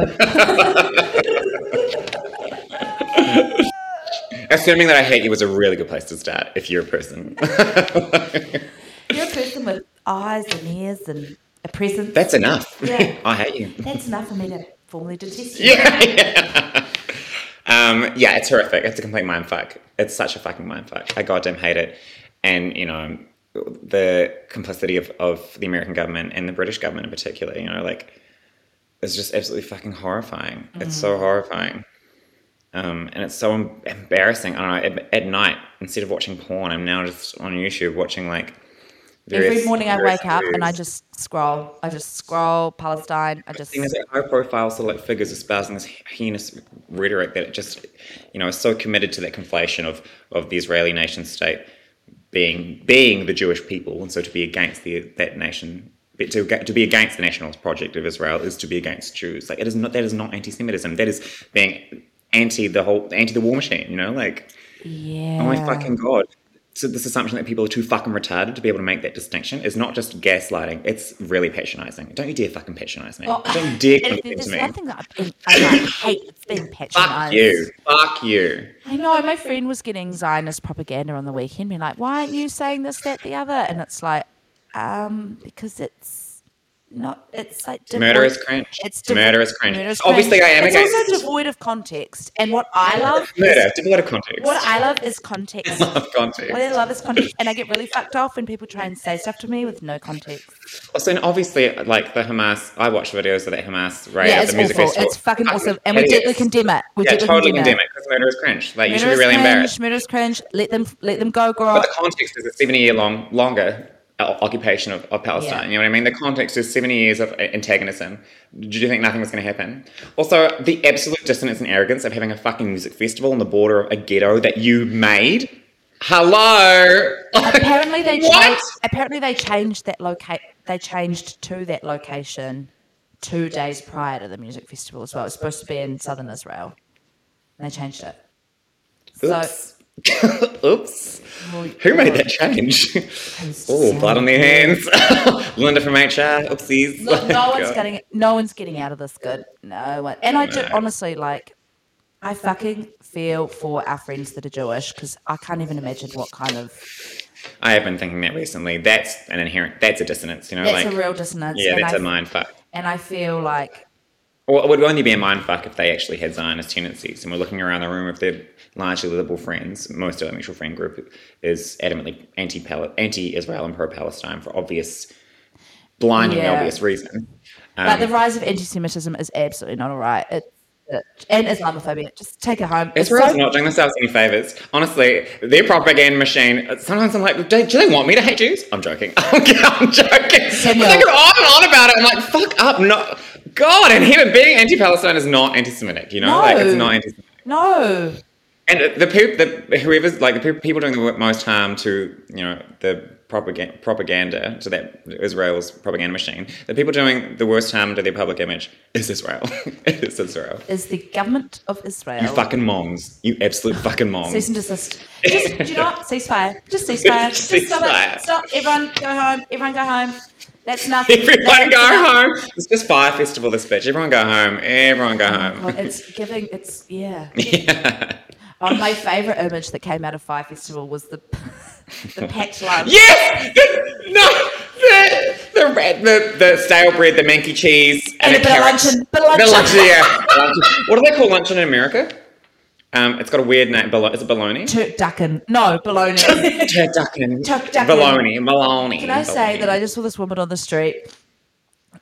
S4: Assuming that I hate you was a really good place to start if you're a person.
S3: You're a person with eyes and ears and a presence.
S4: That's enough.
S3: Yeah.
S4: I hate you.
S3: That's enough for me to formally detest you.
S4: Yeah. yeah. um, yeah, it's horrific. It's a complete mind fuck. It's such a fucking mind fuck. I goddamn hate it. And, you know, the complicity of, of the American government and the British government in particular, you know, like, it's just absolutely fucking horrifying.
S3: Mm-hmm.
S4: It's so horrifying. Um, and it's so em- embarrassing. I don't know. At, at night, instead of watching porn, I'm now just on YouTube watching like various-
S3: Every morning I
S4: various
S3: wake up and I
S4: foods.
S3: just scroll. I just scroll Palestine. I just
S4: Seeing as high profile select figures espousing this heinous rhetoric that it just, you know, is so committed to that conflation of, of the Israeli nation state being being the Jewish people, and so to be against the, that nation, but to ga- to be against the nationalist project of Israel is to be against Jews. Like it is not that is not anti-Semitism. That is being anti the whole anti the war machine. You know, like
S3: yeah.
S4: Oh my fucking god. So this assumption that people are too fucking retarded to be able to make that distinction is not just gaslighting. It's really patronizing. Don't you dare fucking patronize me.
S3: Oh,
S4: Don't you dare
S3: and
S4: come
S3: if
S4: to
S3: there's
S4: me.
S3: one thing that I, I like, hate. It's being
S4: Fuck
S3: patronised.
S4: you. Fuck you.
S3: I know. My friend was getting Zionist propaganda on the weekend, being like, "Why aren't you saying this, that, the other?" And it's like, um, because it's not. It's like devoid,
S4: Murder is cringe.
S3: It's
S4: Murder is cringe. Obviously, I am
S3: It's
S4: against-
S3: also devoid of context. And what I love,
S4: Murder. Devoid of context.
S3: what I love is context.
S4: Of context.
S3: What I love is context, and I get really fucked off when people try and say stuff to me with no context.
S4: Also, and obviously, like the Hamas, I watch videos of that Hamas raid
S3: yeah,
S4: at
S3: it's
S4: the music
S3: awful.
S4: festival.
S3: It's fucking awesome, and we
S4: Hideous.
S3: deeply condemn it. We
S4: Yeah,
S3: deeply
S4: totally
S3: condemn
S4: condemn
S3: it.
S4: it because murder is cringe. Like, you should
S3: Murder
S4: be
S3: is
S4: really
S3: cringe,
S4: embarrassed.
S3: Murder is cringe. Let them, let them go, girl.
S4: But the context is a 70 year long, longer o- occupation of, of Palestine.
S3: Yeah.
S4: You know what I mean? The context is 70 years of a- antagonism. Did you think nothing was going to happen? Also, the absolute dissonance and arrogance of having a fucking music festival on the border of a ghetto that you made. Hello.
S3: Apparently they
S4: What?
S3: changed. Apparently they changed that locate. They changed to that location two days prior to the music festival as well. It was supposed to be in southern Israel, and they changed it.
S4: Oops. Oops. Who made that change? oh, blood on their hands. Linda from HR. Oopsies.
S3: No, no
S4: Like,
S3: one's
S4: uh,
S3: getting. No one's getting out of this good. No one. And I do honestly like. I fucking feel for our friends that are Jewish because I can't even imagine what kind of
S4: I have been thinking that recently. That's an inherent. That's a dissonance. You know,
S3: that's
S4: like
S3: a real dissonance.
S4: yeah,
S3: and
S4: that's
S3: I-
S4: a mind fuck.
S3: And I feel like
S4: Well, it would only be a mindfuck if they actually had Zionist tendencies. And we're looking around the room of their largely liberal friends. Most of our mutual friend group is adamantly anti anti Israel and pro Palestine for obvious, blindingly
S3: Yeah.
S4: obvious reason. Um,
S3: Like the rise of anti-Semitism is absolutely not all right. It's it, and Islamophobia. Just take it home. It's
S4: Israel's
S3: so-
S4: not doing themselves any favors. Honestly, their propaganda machine. Sometimes I'm like, do, do they want me to hate Jews? I'm joking. I'm, joking.
S3: Samuel.
S4: But they go on and on about it. I'm like, fuck up. No, God and him being anti-Palestine is not anti-Semitic. You know, like it's
S3: No.
S4: not anti-Semitic.
S3: no.
S4: And the people, the whoever's like the peop- people doing the most harm to you know the propaganda, propaganda to that Israel's propaganda machine, the people doing the worst harm to their public image is Israel. it is Israel.
S3: Is the government of Israel
S4: You fucking mongs. You absolute fucking
S3: cease
S4: mongs.
S3: and desist? Just do you know what? Ceasefire. Just ceasefire. Just stop
S4: Ceasefire.
S3: it. Stop. Everyone go home. Everyone go home. That's enough.
S4: Everyone
S3: That's
S4: go
S3: enough.
S4: home. It's just fire festival. This bitch. Everyone go home. Everyone go home.
S3: God, it's giving. It's yeah.
S4: yeah.
S3: Oh, my favorite image that came out of Fire Festival was the the packed lunch.
S4: Yes. The- no. The the, red, the the stale bread, the manky cheese,
S3: And a
S4: the
S3: bit of
S4: carrots.
S3: luncheon. Bit of
S4: The
S3: luncheon.
S4: luncheon, yeah. Luncheon. What do they call luncheon in America? Um, it's got a weird name. Bolo- is it bologna?
S3: Turk ducking. No, bologna.
S4: Turducken.
S3: Turducken.
S4: Bologna. Bologna.
S3: Can I say that I just saw this woman on the street?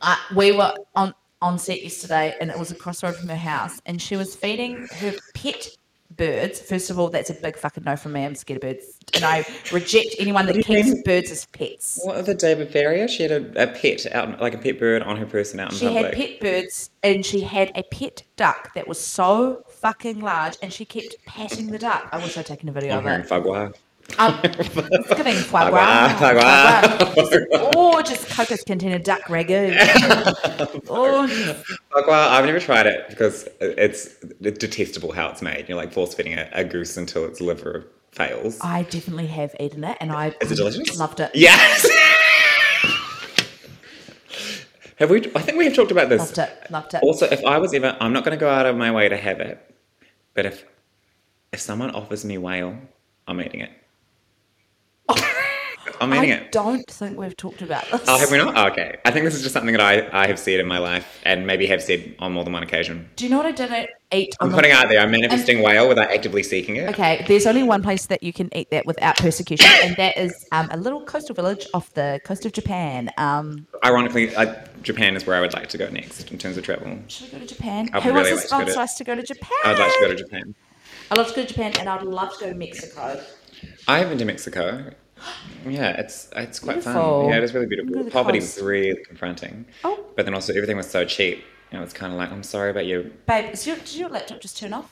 S3: Uh, we were on on set yesterday, and it was across the road from her house, and she was feeding her pet birds. First of all, that's a big fucking no from me. I'm scared of birds, and I reject anyone that keeps birds as pets.
S4: What the David Ferrier? She had a, a pet out, like a pet bird on her person out in
S3: She had
S4: public.
S3: pet birds, and she had a pet duck that was so fucking large, and she kept patting the duck. I wish I'd taken a video
S4: I'm
S3: of
S4: hearing
S3: it.
S4: fagua.
S3: Um, it's giving
S4: Fagua.
S3: foie gras. Foie gras.
S4: Fagua.
S3: Gorgeous coconut container duck ragu. Oh, Gorgeous.
S4: Fagua. I've never tried it because it's detestable how it's made. You're like force feeding a, a goose until its liver fails.
S3: I definitely have eaten it, and I
S4: Is it delicious?
S3: Loved it.
S4: Yes. have we? I think we have talked about this.
S3: Loved it. Loved it.
S4: Also, if I was ever, I'm not going to go out of my way to have it, but if if someone offers me whale, I'm eating it. I'm
S3: I
S4: eating it.
S3: don't think we've talked about this.
S4: Oh, have we not? Oh, okay. I think this is just something that I, I have said in my life and maybe have said on more than one occasion.
S3: Do you know what I didn't eat?
S4: I'm
S3: on
S4: putting it
S3: the-
S4: out there. I'm manifesting whale without actively seeking it.
S3: Okay, there's only one place that you can eat that without persecution, and that is um, a little coastal village off the coast of Japan. Um,
S4: Ironically, I, Japan is where I would like to go next in terms of travel.
S3: should we go to Japan?
S4: I'd
S3: Who wants
S4: really
S3: to
S4: like to go to-
S3: sponsor us to go to Japan?
S4: I'd like to go to Japan.
S3: I'd love to go to Japan, and I'd love to go to Mexico.
S4: I have been to Mexico. Yeah, it's it's quite
S3: Beautiful.
S4: fun. Yeah, it is really beautiful.
S3: the
S4: Poverty
S3: cost.
S4: was really confronting.
S3: Oh.
S4: But then also everything was so cheap. And it was kind of like, I'm sorry about you.
S3: Babe, is your, did your laptop just turn off?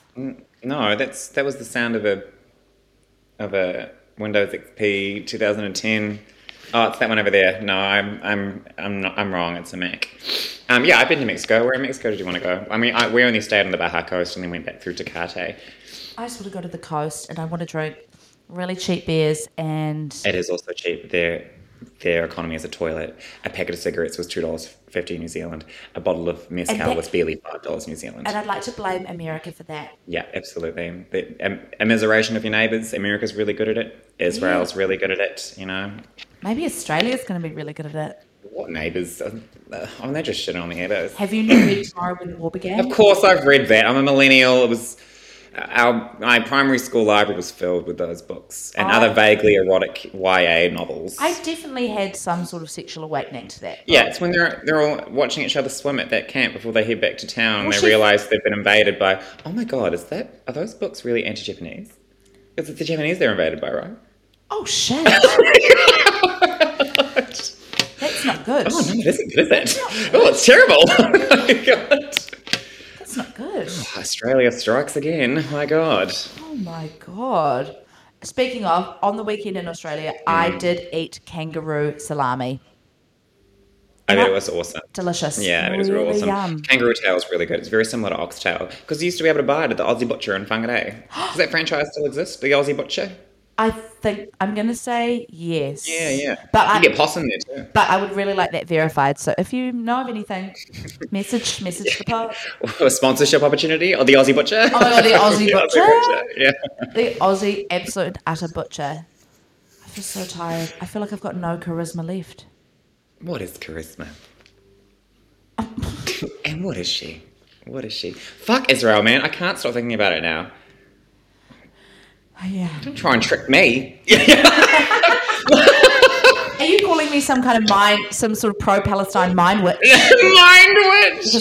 S4: No, that's that was the sound of a of a Windows XP 2010. Oh, it's that one over there. No, I'm I'm I'm not, I'm wrong. It's a Mac. Um, yeah, I've been to Mexico. Where in Mexico did you want to go? I mean, I, we only stayed on the Baja coast and then went back through Tecate.
S3: I just want to go to the coast and I want to drink really cheap beers and
S4: It is also cheap. Their their economy is a toilet. A packet of cigarettes was two dollars fifty New Zealand. A bottle of mezcal
S3: that-
S4: was barely five dollars New Zealand.
S3: and I'd like to blame America for that.
S4: yeah, absolutely. The um, immiseration of your neighbours. America's really good at it. Israel's really good at it. You know,
S3: Maybe Australia's going to be really good at it.
S4: what neighbours? Uh, I mean, they just shit on the neighbours.
S3: Have you not read Tomorrow When the War Began?
S4: Of course, I've read that. I'm a millennial. It was uh, our my primary school library was filled with those books and
S3: I-
S4: other vaguely erotic YA novels.
S3: I definitely had some sort of sexual awakening to that.
S4: Yeah, it's when they're they're all watching each other swim at that camp before they head back to town and
S3: Well,
S4: they
S3: she-
S4: realise they've been invaded by. Oh my god, is that are those books really anti-Japanese? Because it's the Japanese they're invaded by, right?
S3: Oh shit, that's not good.
S4: Oh no, it isn't good, is it? Oh, it's terrible. oh my god.
S3: That's not good.
S4: Australia strikes again. My god.
S3: Oh my god. Speaking of, on the weekend in Australia, I
S4: Mm.
S3: did eat kangaroo salami.
S4: I mean,
S3: Yeah.
S4: it was awesome.
S3: Delicious.
S4: Yeah, I mean, it was
S3: really
S4: real awesome.
S3: Yum.
S4: Kangaroo tail is really good. It's very similar to oxtail because you used to be able to buy it at the Aussie Butcher in Whangarei. Does that franchise still exist? The Aussie Butcher?
S3: I think I'm gonna say yes.
S4: Yeah, yeah.
S3: But
S4: you
S3: I,
S4: get possum there too.
S3: but I would really like that verified. So if you know of anything, message message the pod.
S4: a sponsorship opportunity or the Aussie Butcher. Oh
S3: my God, the Aussie Butcher.
S4: Yeah.
S3: The Aussie absolute and utter butcher. I feel so tired. I feel like I've got no charisma left.
S4: What is charisma? and what is she? What is she? Fuck Israel, man. I can't stop thinking about it now.
S3: Oh, Yeah.
S4: Don't try and trick me.
S3: Are you calling me some kind of mind, some sort of pro-Palestine mind witch?
S4: Mind witch.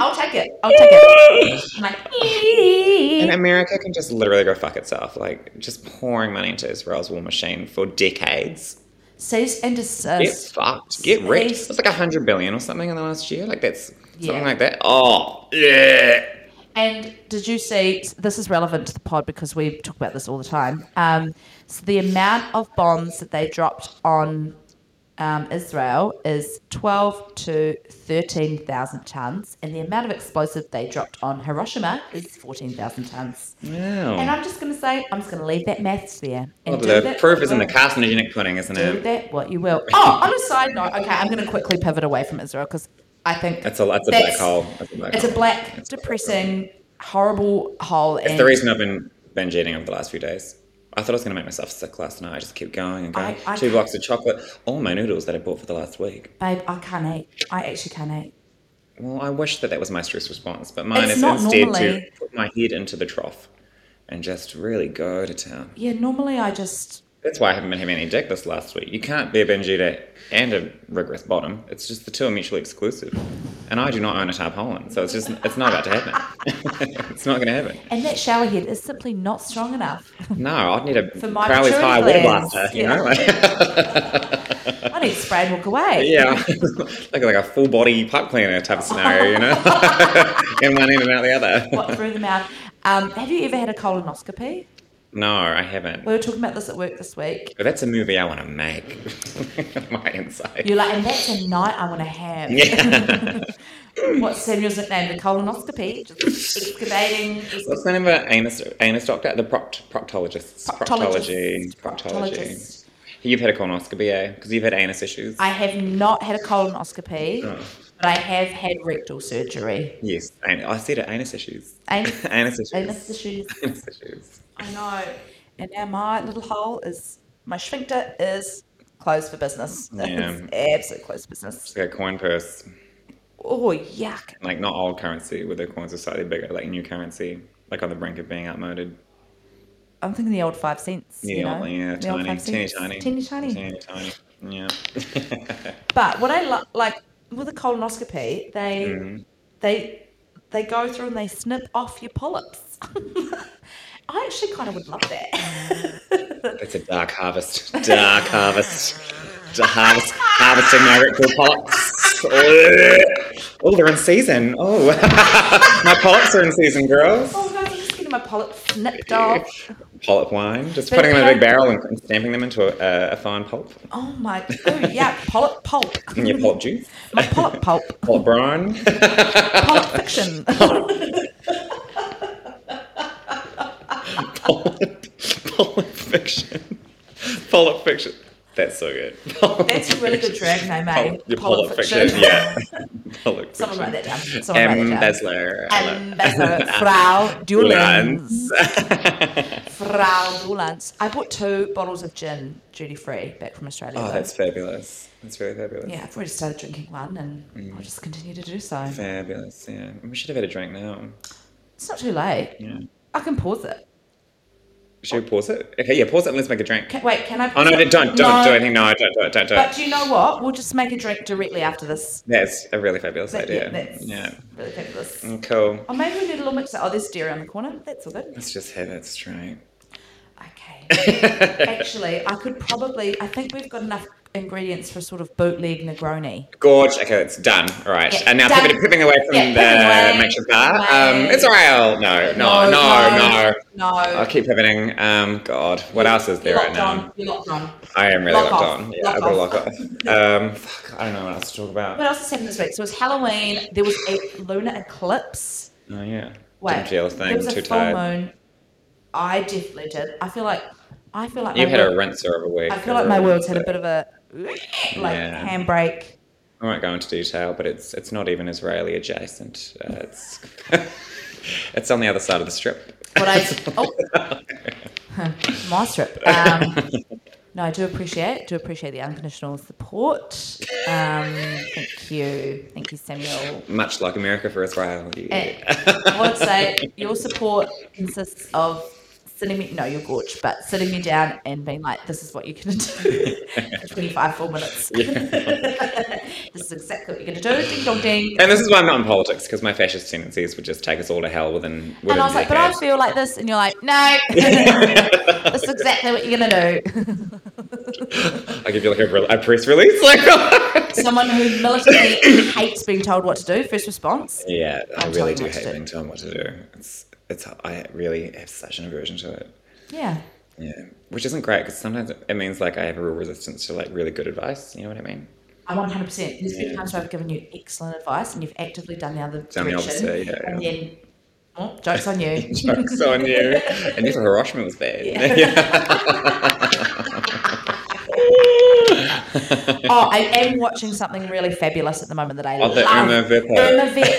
S3: I'll take it. I'll take it. I'm like,
S4: And America can just literally go fuck itself. Like, just pouring money into Israel's war machine for decades.
S3: cease and
S4: Get
S3: desist.
S4: fucked. Get wrecked.
S3: Space.
S4: It's like 100 billion or something in the last year. Like, that's
S3: Yeah.
S4: something like that. Oh, yeah.
S3: And did you see? This is relevant to the pod because we talk about this all the time. Um, so the amount of bombs that they dropped on um, Israel is twelve to thirteen thousand tons, and the amount of explosive they dropped on Hiroshima is fourteen thousand tons.
S4: Wow.
S3: And I'm just going to say, I'm just going to leave that maths there. And
S4: Well,
S3: do
S4: the
S3: that-
S4: proof is in the carcinogenic pudding, isn't
S3: do
S4: it?
S3: that what you will. Oh, on a side note, okay, I'm going to quickly pivot away from Israel because I think
S4: That's a that's a black hole. That's a black
S3: It's
S4: hole.
S3: a black, depressing, horrible hole.
S4: It's the reason I've been binge eating over the last few days. I thought I was going to make myself sick last night. I just kept going and going.
S3: I- I-
S4: Two blocks of chocolate, all my noodles that I bought for the last week.
S3: babe, I can't eat. I actually can't eat.
S4: Well, I wish that that was my stress response, but mine
S3: It's
S4: is
S3: not
S4: instead
S3: normally-
S4: to put my head into the trough and just really go to town.
S3: Yeah, normally I just
S4: That's why I haven't been having any dick this last week. You can't be a binge eater and a rigorous bottom. It's just the two are mutually exclusive. And I do not own a tarpaulin, so it's just it's not about to happen. it's not going to happen.
S3: and that shower head is simply not strong enough.
S4: No, I'd need a
S3: For my
S4: Crowley's
S3: maturity
S4: high water
S3: glands.
S4: blaster, you
S3: Yeah.
S4: know? Like,
S3: I need to spray and walk away.
S4: yeah, like like a full body pipe cleaner type of scenario, you know? and one end and out the other.
S3: What through the mouth? Um, have you ever had a colonoscopy?
S4: No, I haven't.
S3: We were talking about this at work this week.
S4: But that's a movie I want to make. my inside.
S3: You're like, and that's a night I want to have.
S4: yeah.
S3: What's Samuel's nickname? The colonoscopy, just excavating.
S4: What's the name of an anus, anus doctor? The proct- proctologist. Proctology.
S3: Proctologist.
S4: Proctology. You've had a colonoscopy, eh? Because you've had anus issues.
S3: I have not had a colonoscopy,
S4: Oh.
S3: but I have had rectal surgery.
S4: yes, an- I said it, anus issues.
S3: Anus-
S4: anus issues.
S3: Anus issues.
S4: Anus issues.
S3: I know. And now my little hole is my sphincter is closed for business.
S4: Yeah.
S3: It's absolutely closed for business.
S4: It's like a coin purse.
S3: Oh yuck.
S4: like not old currency where the coins are slightly bigger, like new currency, like on the brink of being outmoded.
S3: I'm thinking the old five cents.
S4: Yeah,
S3: you know?
S4: yeah,
S3: The old
S4: tiny,
S3: five
S4: teeny
S3: cents.
S4: tiny,
S3: Teeny tiny.
S4: teeny tiny. Yeah,
S3: But what I lo- like with a colonoscopy, they
S4: Mm-hmm.
S3: they they go through and they snip off your polyps. I actually kind of would love that.
S4: It's a dark harvest. Dark harvest. Da- harvest harvesting my rectal polyps. Ugh. Oh, they're in season. Oh, my polyps are in season, girls.
S3: oh, guys, I'm just getting my polyp snipped off.
S4: Polyp wine. Just
S3: But
S4: putting them in a big
S3: how-
S4: barrel and, and stamping them into a, a, a fine pulp.
S3: Oh my, oh yeah, polyp pulp.
S4: And your polyp juice.
S3: My polyp pulp.
S4: Polyp brine.
S3: Polyp fiction.
S4: polyp, polyp fiction. Polyp fiction. That's so good. Polyp
S3: That's a really good
S4: fiction.
S3: drag name, eh?
S4: Polyp, your
S3: Polyp
S4: polyp,
S3: fiction.
S4: fiction. Yeah. polyp
S3: Someone write
S4: fiction.
S3: that down. Someone write that down.
S4: Ambassador.
S3: Ambassador Frau Dulans. Frau Dulans. I bought two bottles of gin duty free back from Australia.
S4: Oh,
S3: though.
S4: that's fabulous. That's really fabulous.
S3: yeah, I've already started drinking one and
S4: Mm.
S3: I'll just continue to do so.
S4: Fabulous. Yeah. We should have had a drink now.
S3: It's not too late.
S4: Yeah.
S3: I can pause it.
S4: Should we pause it? Okay, yeah, pause it and let's make a drink.
S3: Can, wait, can I
S4: Oh
S3: pause
S4: no,
S3: it?
S4: don't don't do anything. No, don't do it. Don't do
S3: But
S4: it.
S3: do you know what? We'll just make a drink directly after this.
S4: That's a really fabulous
S3: That-
S4: idea.
S3: that's
S4: Yeah. Mm.
S3: really fabulous.
S4: Cool.
S3: Oh, maybe we need a little mix. Oh, there's dairy on the corner. That's all good.
S4: Let's just have it straight. Mm.
S3: Okay. Actually, I could probably. I think we've got enough ingredients for a sort of bootleg Negroni.
S4: Gorge. Okay, it's done. All right.
S3: Yeah,
S4: and now
S3: done.
S4: pivoting, pivoting away from
S3: Yeah, pivoting
S4: the
S3: away,
S4: matcha bar.
S3: pivoting
S4: Um,
S3: away.
S4: it's Israel. No, no, no, no.
S3: no.
S4: I'll keep pivoting. Um, God, what else is there
S3: You're
S4: right
S3: locked
S4: now?
S3: on. You're locked on.
S4: I am really
S3: Lock
S4: locked
S3: off.
S4: on. Yeah,
S3: Lock
S4: I've got to
S3: off.
S4: lock off. Um, fuck, I don't know what else to talk about.
S3: What else is happening this week? So it was Halloween. There was a lunar eclipse.
S4: Oh yeah.
S3: Wait,
S4: Didn't feel a
S3: there
S4: thing.
S3: was a
S4: Too
S3: full
S4: tired.
S3: moon. I definitely did. I feel like I feel like
S4: You
S3: my
S4: had a
S3: world-
S4: rinser of a week.
S3: I feel like my world's had a bit of a like
S4: Yeah.
S3: handbrake.
S4: I won't go into detail, but it's it's not even Israeli adjacent. Uh, it's it's on the other side of the strip.
S3: What I oh my strip. Um, no, I do appreciate do appreciate the unconditional support. Um, thank you, thank you, Samuel.
S4: Much like America for Israel. you-
S3: And I would say your support consists of sitting me no, you're gorge, but sitting me down and being like, "This is what you're gonna do for 25 full minutes. this is exactly what you're gonna do." Ding dong ding.
S4: And this is why I'm not in politics because my fascist tendencies would just take us all to hell within. within
S3: And I was like, but I
S4: decades.
S3: feel like this. And you're like, no, this is exactly what you're going to do.
S4: I'll give you like a, re- a press release. Like,
S3: Someone who militantly hates being told what to do, first response.
S4: yeah, i
S3: I'll tell
S4: really
S3: you
S4: do
S3: what to
S4: hate
S3: do.
S4: being told what to do. It's it's I really have such an aversion to it.
S3: Yeah.
S4: Yeah, which isn't great because sometimes it it means like I have a real resistance to like really good advice. You know what I mean?
S3: I 100%. There's been times where I've given you excellent advice and you've actively done the other
S4: Done the
S3: direction.
S4: opposite, yeah,
S3: and then, oh, joke's on you.
S4: Jokes on you. And if Hiroshima was bad.
S3: oh, I am watching something really fabulous at the moment that I
S4: Oh, the
S3: love.
S4: Irma Vipper.
S3: Irma Vipper.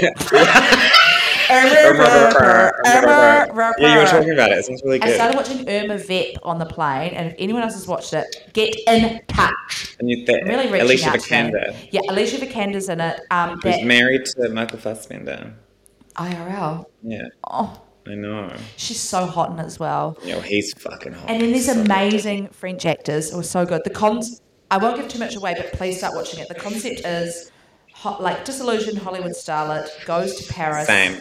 S3: Irma Vipper. Irma Vipper.
S4: Yeah, you were talking about it. It sounds really
S3: I started
S4: good.
S3: watching Irma Vep on the plane, and if anyone else has watched it, get in touch.
S4: And you, that,
S3: I'm really reaching
S4: Alicia
S3: out to
S4: Vikander,
S3: them. Yeah, Alicia Vikander's in it. Um,
S4: who's
S3: that
S4: married to Michael Fassbender.
S3: IRL.
S4: Yeah,
S3: Oh,
S4: I know.
S3: she's so hot in it as well.
S4: You know, he's fucking hot.
S3: And then there's
S4: So-
S3: amazing French actors who are so good. The cons, I won't give too much away, but please start watching it. The concept is hot, like disillusioned Hollywood starlet goes to Paris.
S4: Same.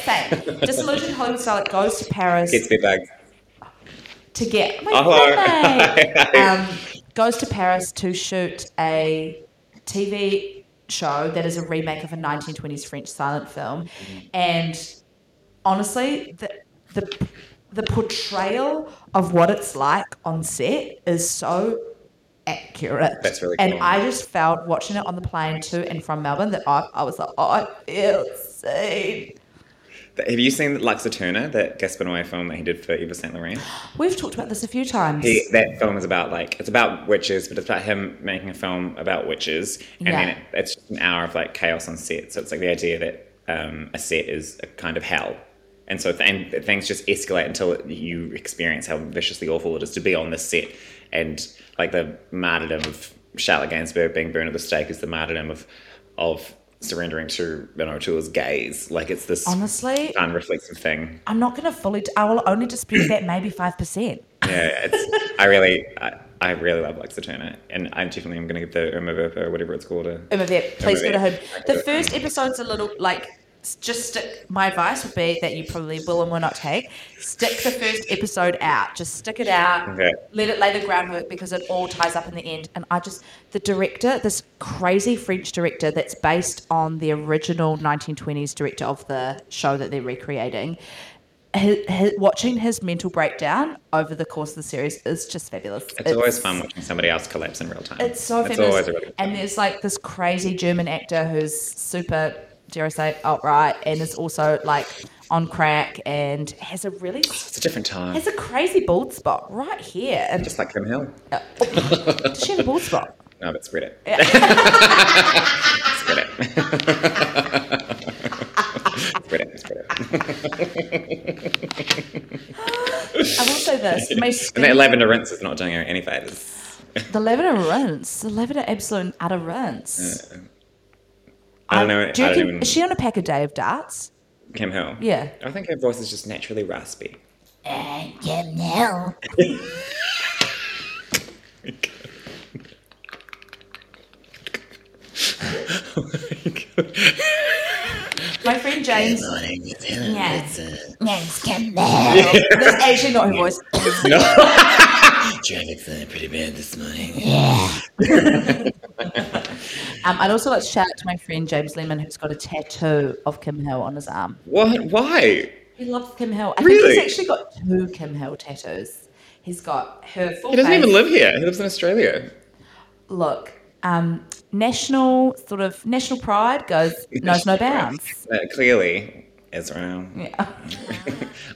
S3: same. disillusioned Hollywood starlet goes to Paris.
S4: Gets me back.
S3: to get my
S4: Oh,
S3: roommate,
S4: hi.
S3: um, goes to Paris to shoot a TV show that is a remake of a 1920s French silent film,
S4: Mm-hmm.
S3: and honestly, the the the portrayal of what it's like on set is so accurate.
S4: That's really
S3: And
S4: cool.
S3: I just felt watching it on the plane to and from Melbourne that I, I was like, oh, I feel seen.
S4: Have you seen Luxa Turner, that Gaspar Noé film that he did for Eva St. Laurent?
S3: We've talked about this a few times.
S4: He, that film is about like it's about witches, but it's about him making a film about witches, and
S3: Yeah.
S4: then it, it's just an hour of like chaos on set. So it's like the idea that um, a set is a kind of hell, and so th- and things just escalate until it, you experience how viciously awful it is to be on this set, and like the martyrdom of Charlotte Gainsbourg being burned at the stake is the martyrdom of of surrendering to an auteur's gaze. Like it's this
S3: Honestly,
S4: fun reflexive thing.
S3: I'm not going to fully. I will only dispute that maybe five percent.
S4: Yeah, it's, I really, I, I really love Lexa Turner, and I definitely am going to give the Irma Verpa, whatever it's called, a
S3: Umavep, please go to
S4: Umavep.
S3: home. The first episode's a little like s- just stick. My advice would be that you probably will and will not take. Stick the first episode out. Just stick it out.
S4: Okay.
S3: Let it lay the groundwork because it all ties up in the end. And I just the director, this crazy French director that's based on the original 1920s director of the show that they're recreating. Hi hi watching his mental breakdown over the course of the series is just fabulous.
S4: It's, always fun watching somebody else collapse in real time.
S3: It's so
S4: It's
S3: famous.
S4: always a really good
S3: and there's like this crazy German actor who's super, dare I say, outright, and is also like on crack and has a really
S4: It's a different time.
S3: has a crazy bald spot right here. And uh,
S4: Just like Kim Hill.
S3: does she have a bald spot?
S4: No, it's Reddit. it's Reddit. it's Reddit. It's Reddit.
S3: I will say this: my
S4: And that
S3: skin,
S4: lavender rinse is not doing her any favors.
S3: the lavender rinse, the lavender absolute and utter
S4: uh,
S3: rinse.
S4: I don't know.
S3: Do you
S4: I
S3: reckon-
S4: don't even.
S3: Is she on a pack a day of darts?
S4: Kim Hill.
S3: Yeah.
S4: I think her voice is just naturally raspy. And Kim Hill.
S3: My friend James.
S2: Yeah.
S3: That's actually not her voice.
S4: Traffic's uh, pretty bad this morning.
S3: Um, I'd also like to shout out to my friend James Lemon, who's got a tattoo of Kim Hill on his arm.
S4: What? Why?
S3: He loves Kim Hill. I
S4: Really?
S3: think he's actually got two Kim Hill tattoos. He's got her full
S4: He doesn't
S3: face.
S4: even live here. He lives in Australia.
S3: Look, um, national sort of national pride goes knows no bounds.
S4: Uh, clearly, Israel.
S3: Yeah.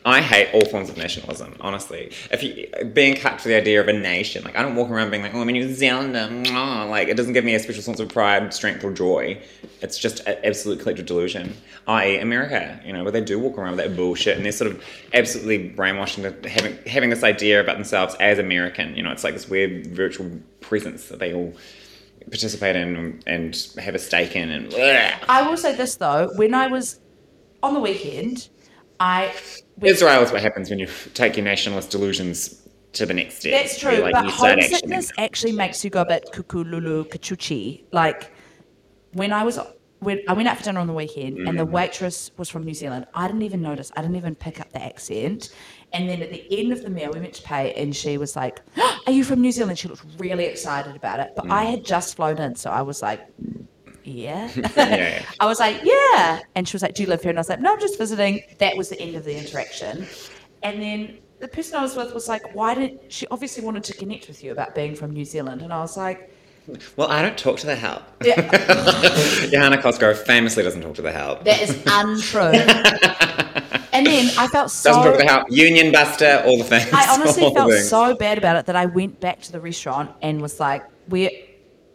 S4: I hate all forms of nationalism, honestly. If you being cut to the idea of a nation, like I don't walk around being like, "Oh, I'm a New Zealander," mwah, like it doesn't give me a special sense of pride, strength, or joy. It's just an absolute collective delusion. I.e., America, you know, where they do walk around with that bullshit, and they're sort of absolutely brainwashing, the, having having this idea about themselves as American. You know, it's like this weird virtual presence that they all participate in and have a stake in, and bleh.
S3: I will say this though: when I was on the weekend, I went-
S4: Israel is what happens when you take your nationalist delusions to the next step.
S3: That's true,
S4: You're like,
S3: but
S4: you start actioning
S3: homesickness actually makes you go a bit cuckoo lulu kachuchi. Like when I was when I went out for dinner on the weekend and the waitress was from New Zealand, I didn't even notice. I didn't even pick up the accent. And then at the end of the meal, we went to pay, and she was like, "Are you from New Zealand?" She looked really excited about it, but I had just flown in, so I was like, "Yeah."
S4: yeah.
S3: I was like, yeah. And she was like, do you live here? And I was like, no, I'm just visiting. That was the end of the interaction. And then the person I was with was like, why didn't she obviously wanted to connect with you about being from New Zealand? And I was like,
S4: Well, I don't talk to the help.
S3: yeah,
S4: Johanna Cosgrove famously doesn't talk to the help.
S3: that is untrue. and then I felt so.
S4: doesn't talk to the help. Union Buster, all the things.
S3: I honestly
S4: all the
S3: felt
S4: things. Uh,
S3: so bad about it that I went back to the restaurant and was like, "Where,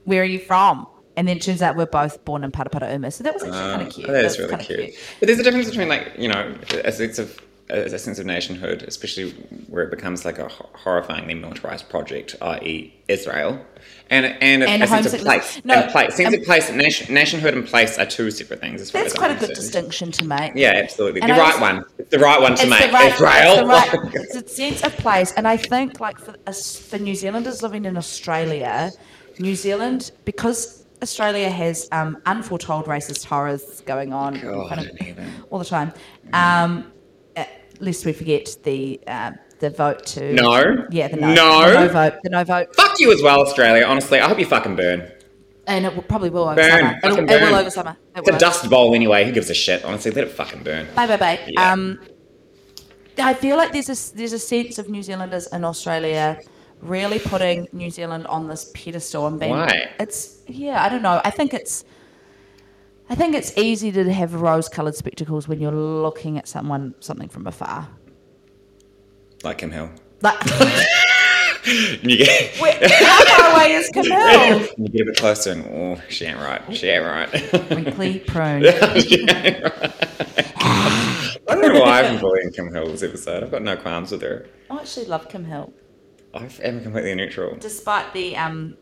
S3: where are you from?" And then it turns out we're both born in Paraparaumu, so that was actually kind of cute.
S4: Oh, that
S3: That
S4: is
S3: was
S4: really
S3: kinda
S4: cute. But there's a difference between like you know a sense of a sense of nationhood, especially where it becomes like a ho- horrifyingly militarized project, i.e., Israel, and and a,
S3: And
S4: a sense of
S3: homesickness.
S4: place.
S3: No,
S4: and place. Sense
S3: um,
S4: of place, nation, nationhood, and place are two separate things. As far
S3: That's
S4: as
S3: quite
S4: I'm
S3: a good
S4: concerned.
S3: distinction to make.
S4: Yeah, absolutely.
S3: And
S4: the
S3: I
S4: right
S3: also-
S4: one. It's the right one to make. Israel.
S3: It's, the right, it's a sense of place, and I think like for us, for New Zealanders living in Australia, New Zealand because Australia has um, unforetold racist horrors going on
S4: God,
S3: kind of
S4: I hate that.
S3: all the time. Um, uh, lest we forget the uh, the vote to
S4: No.
S3: yeah the no,
S4: No.
S3: The no vote the no vote,
S4: Fuck you as well, Australia. Honestly, I hope you fucking burn.
S3: and it will, probably will over
S4: Burn.
S3: summer. It'll-
S4: Fucking
S3: It will
S4: burn.
S3: over summer. It
S4: It's
S3: will.
S4: a dust bowl anyway. Who gives a shit? Honestly, let it fucking burn.
S3: Bye bye bye.
S4: Yeah.
S3: Um, I feel like there's a there's a sense of New Zealanders in Australia really putting New Zealand on this pedestal and being
S4: Why?
S3: it's yeah I don't know I think it's I think it's easy to have rose-colored spectacles when you're looking at someone something from afar.
S4: Like Kim Hill.
S3: Like
S4: And you get,
S3: wait, how far away is Kim Hill?
S4: and you get a bit closer and, oh, she ain't right. She ain't right.
S3: Wrinkly prune.
S4: She ain't right. I don't know why I've been bullying Kim Hill this episode. I've got no qualms with her.
S3: I actually love Kim Hill,
S4: I am completely neutral.
S3: despite the um,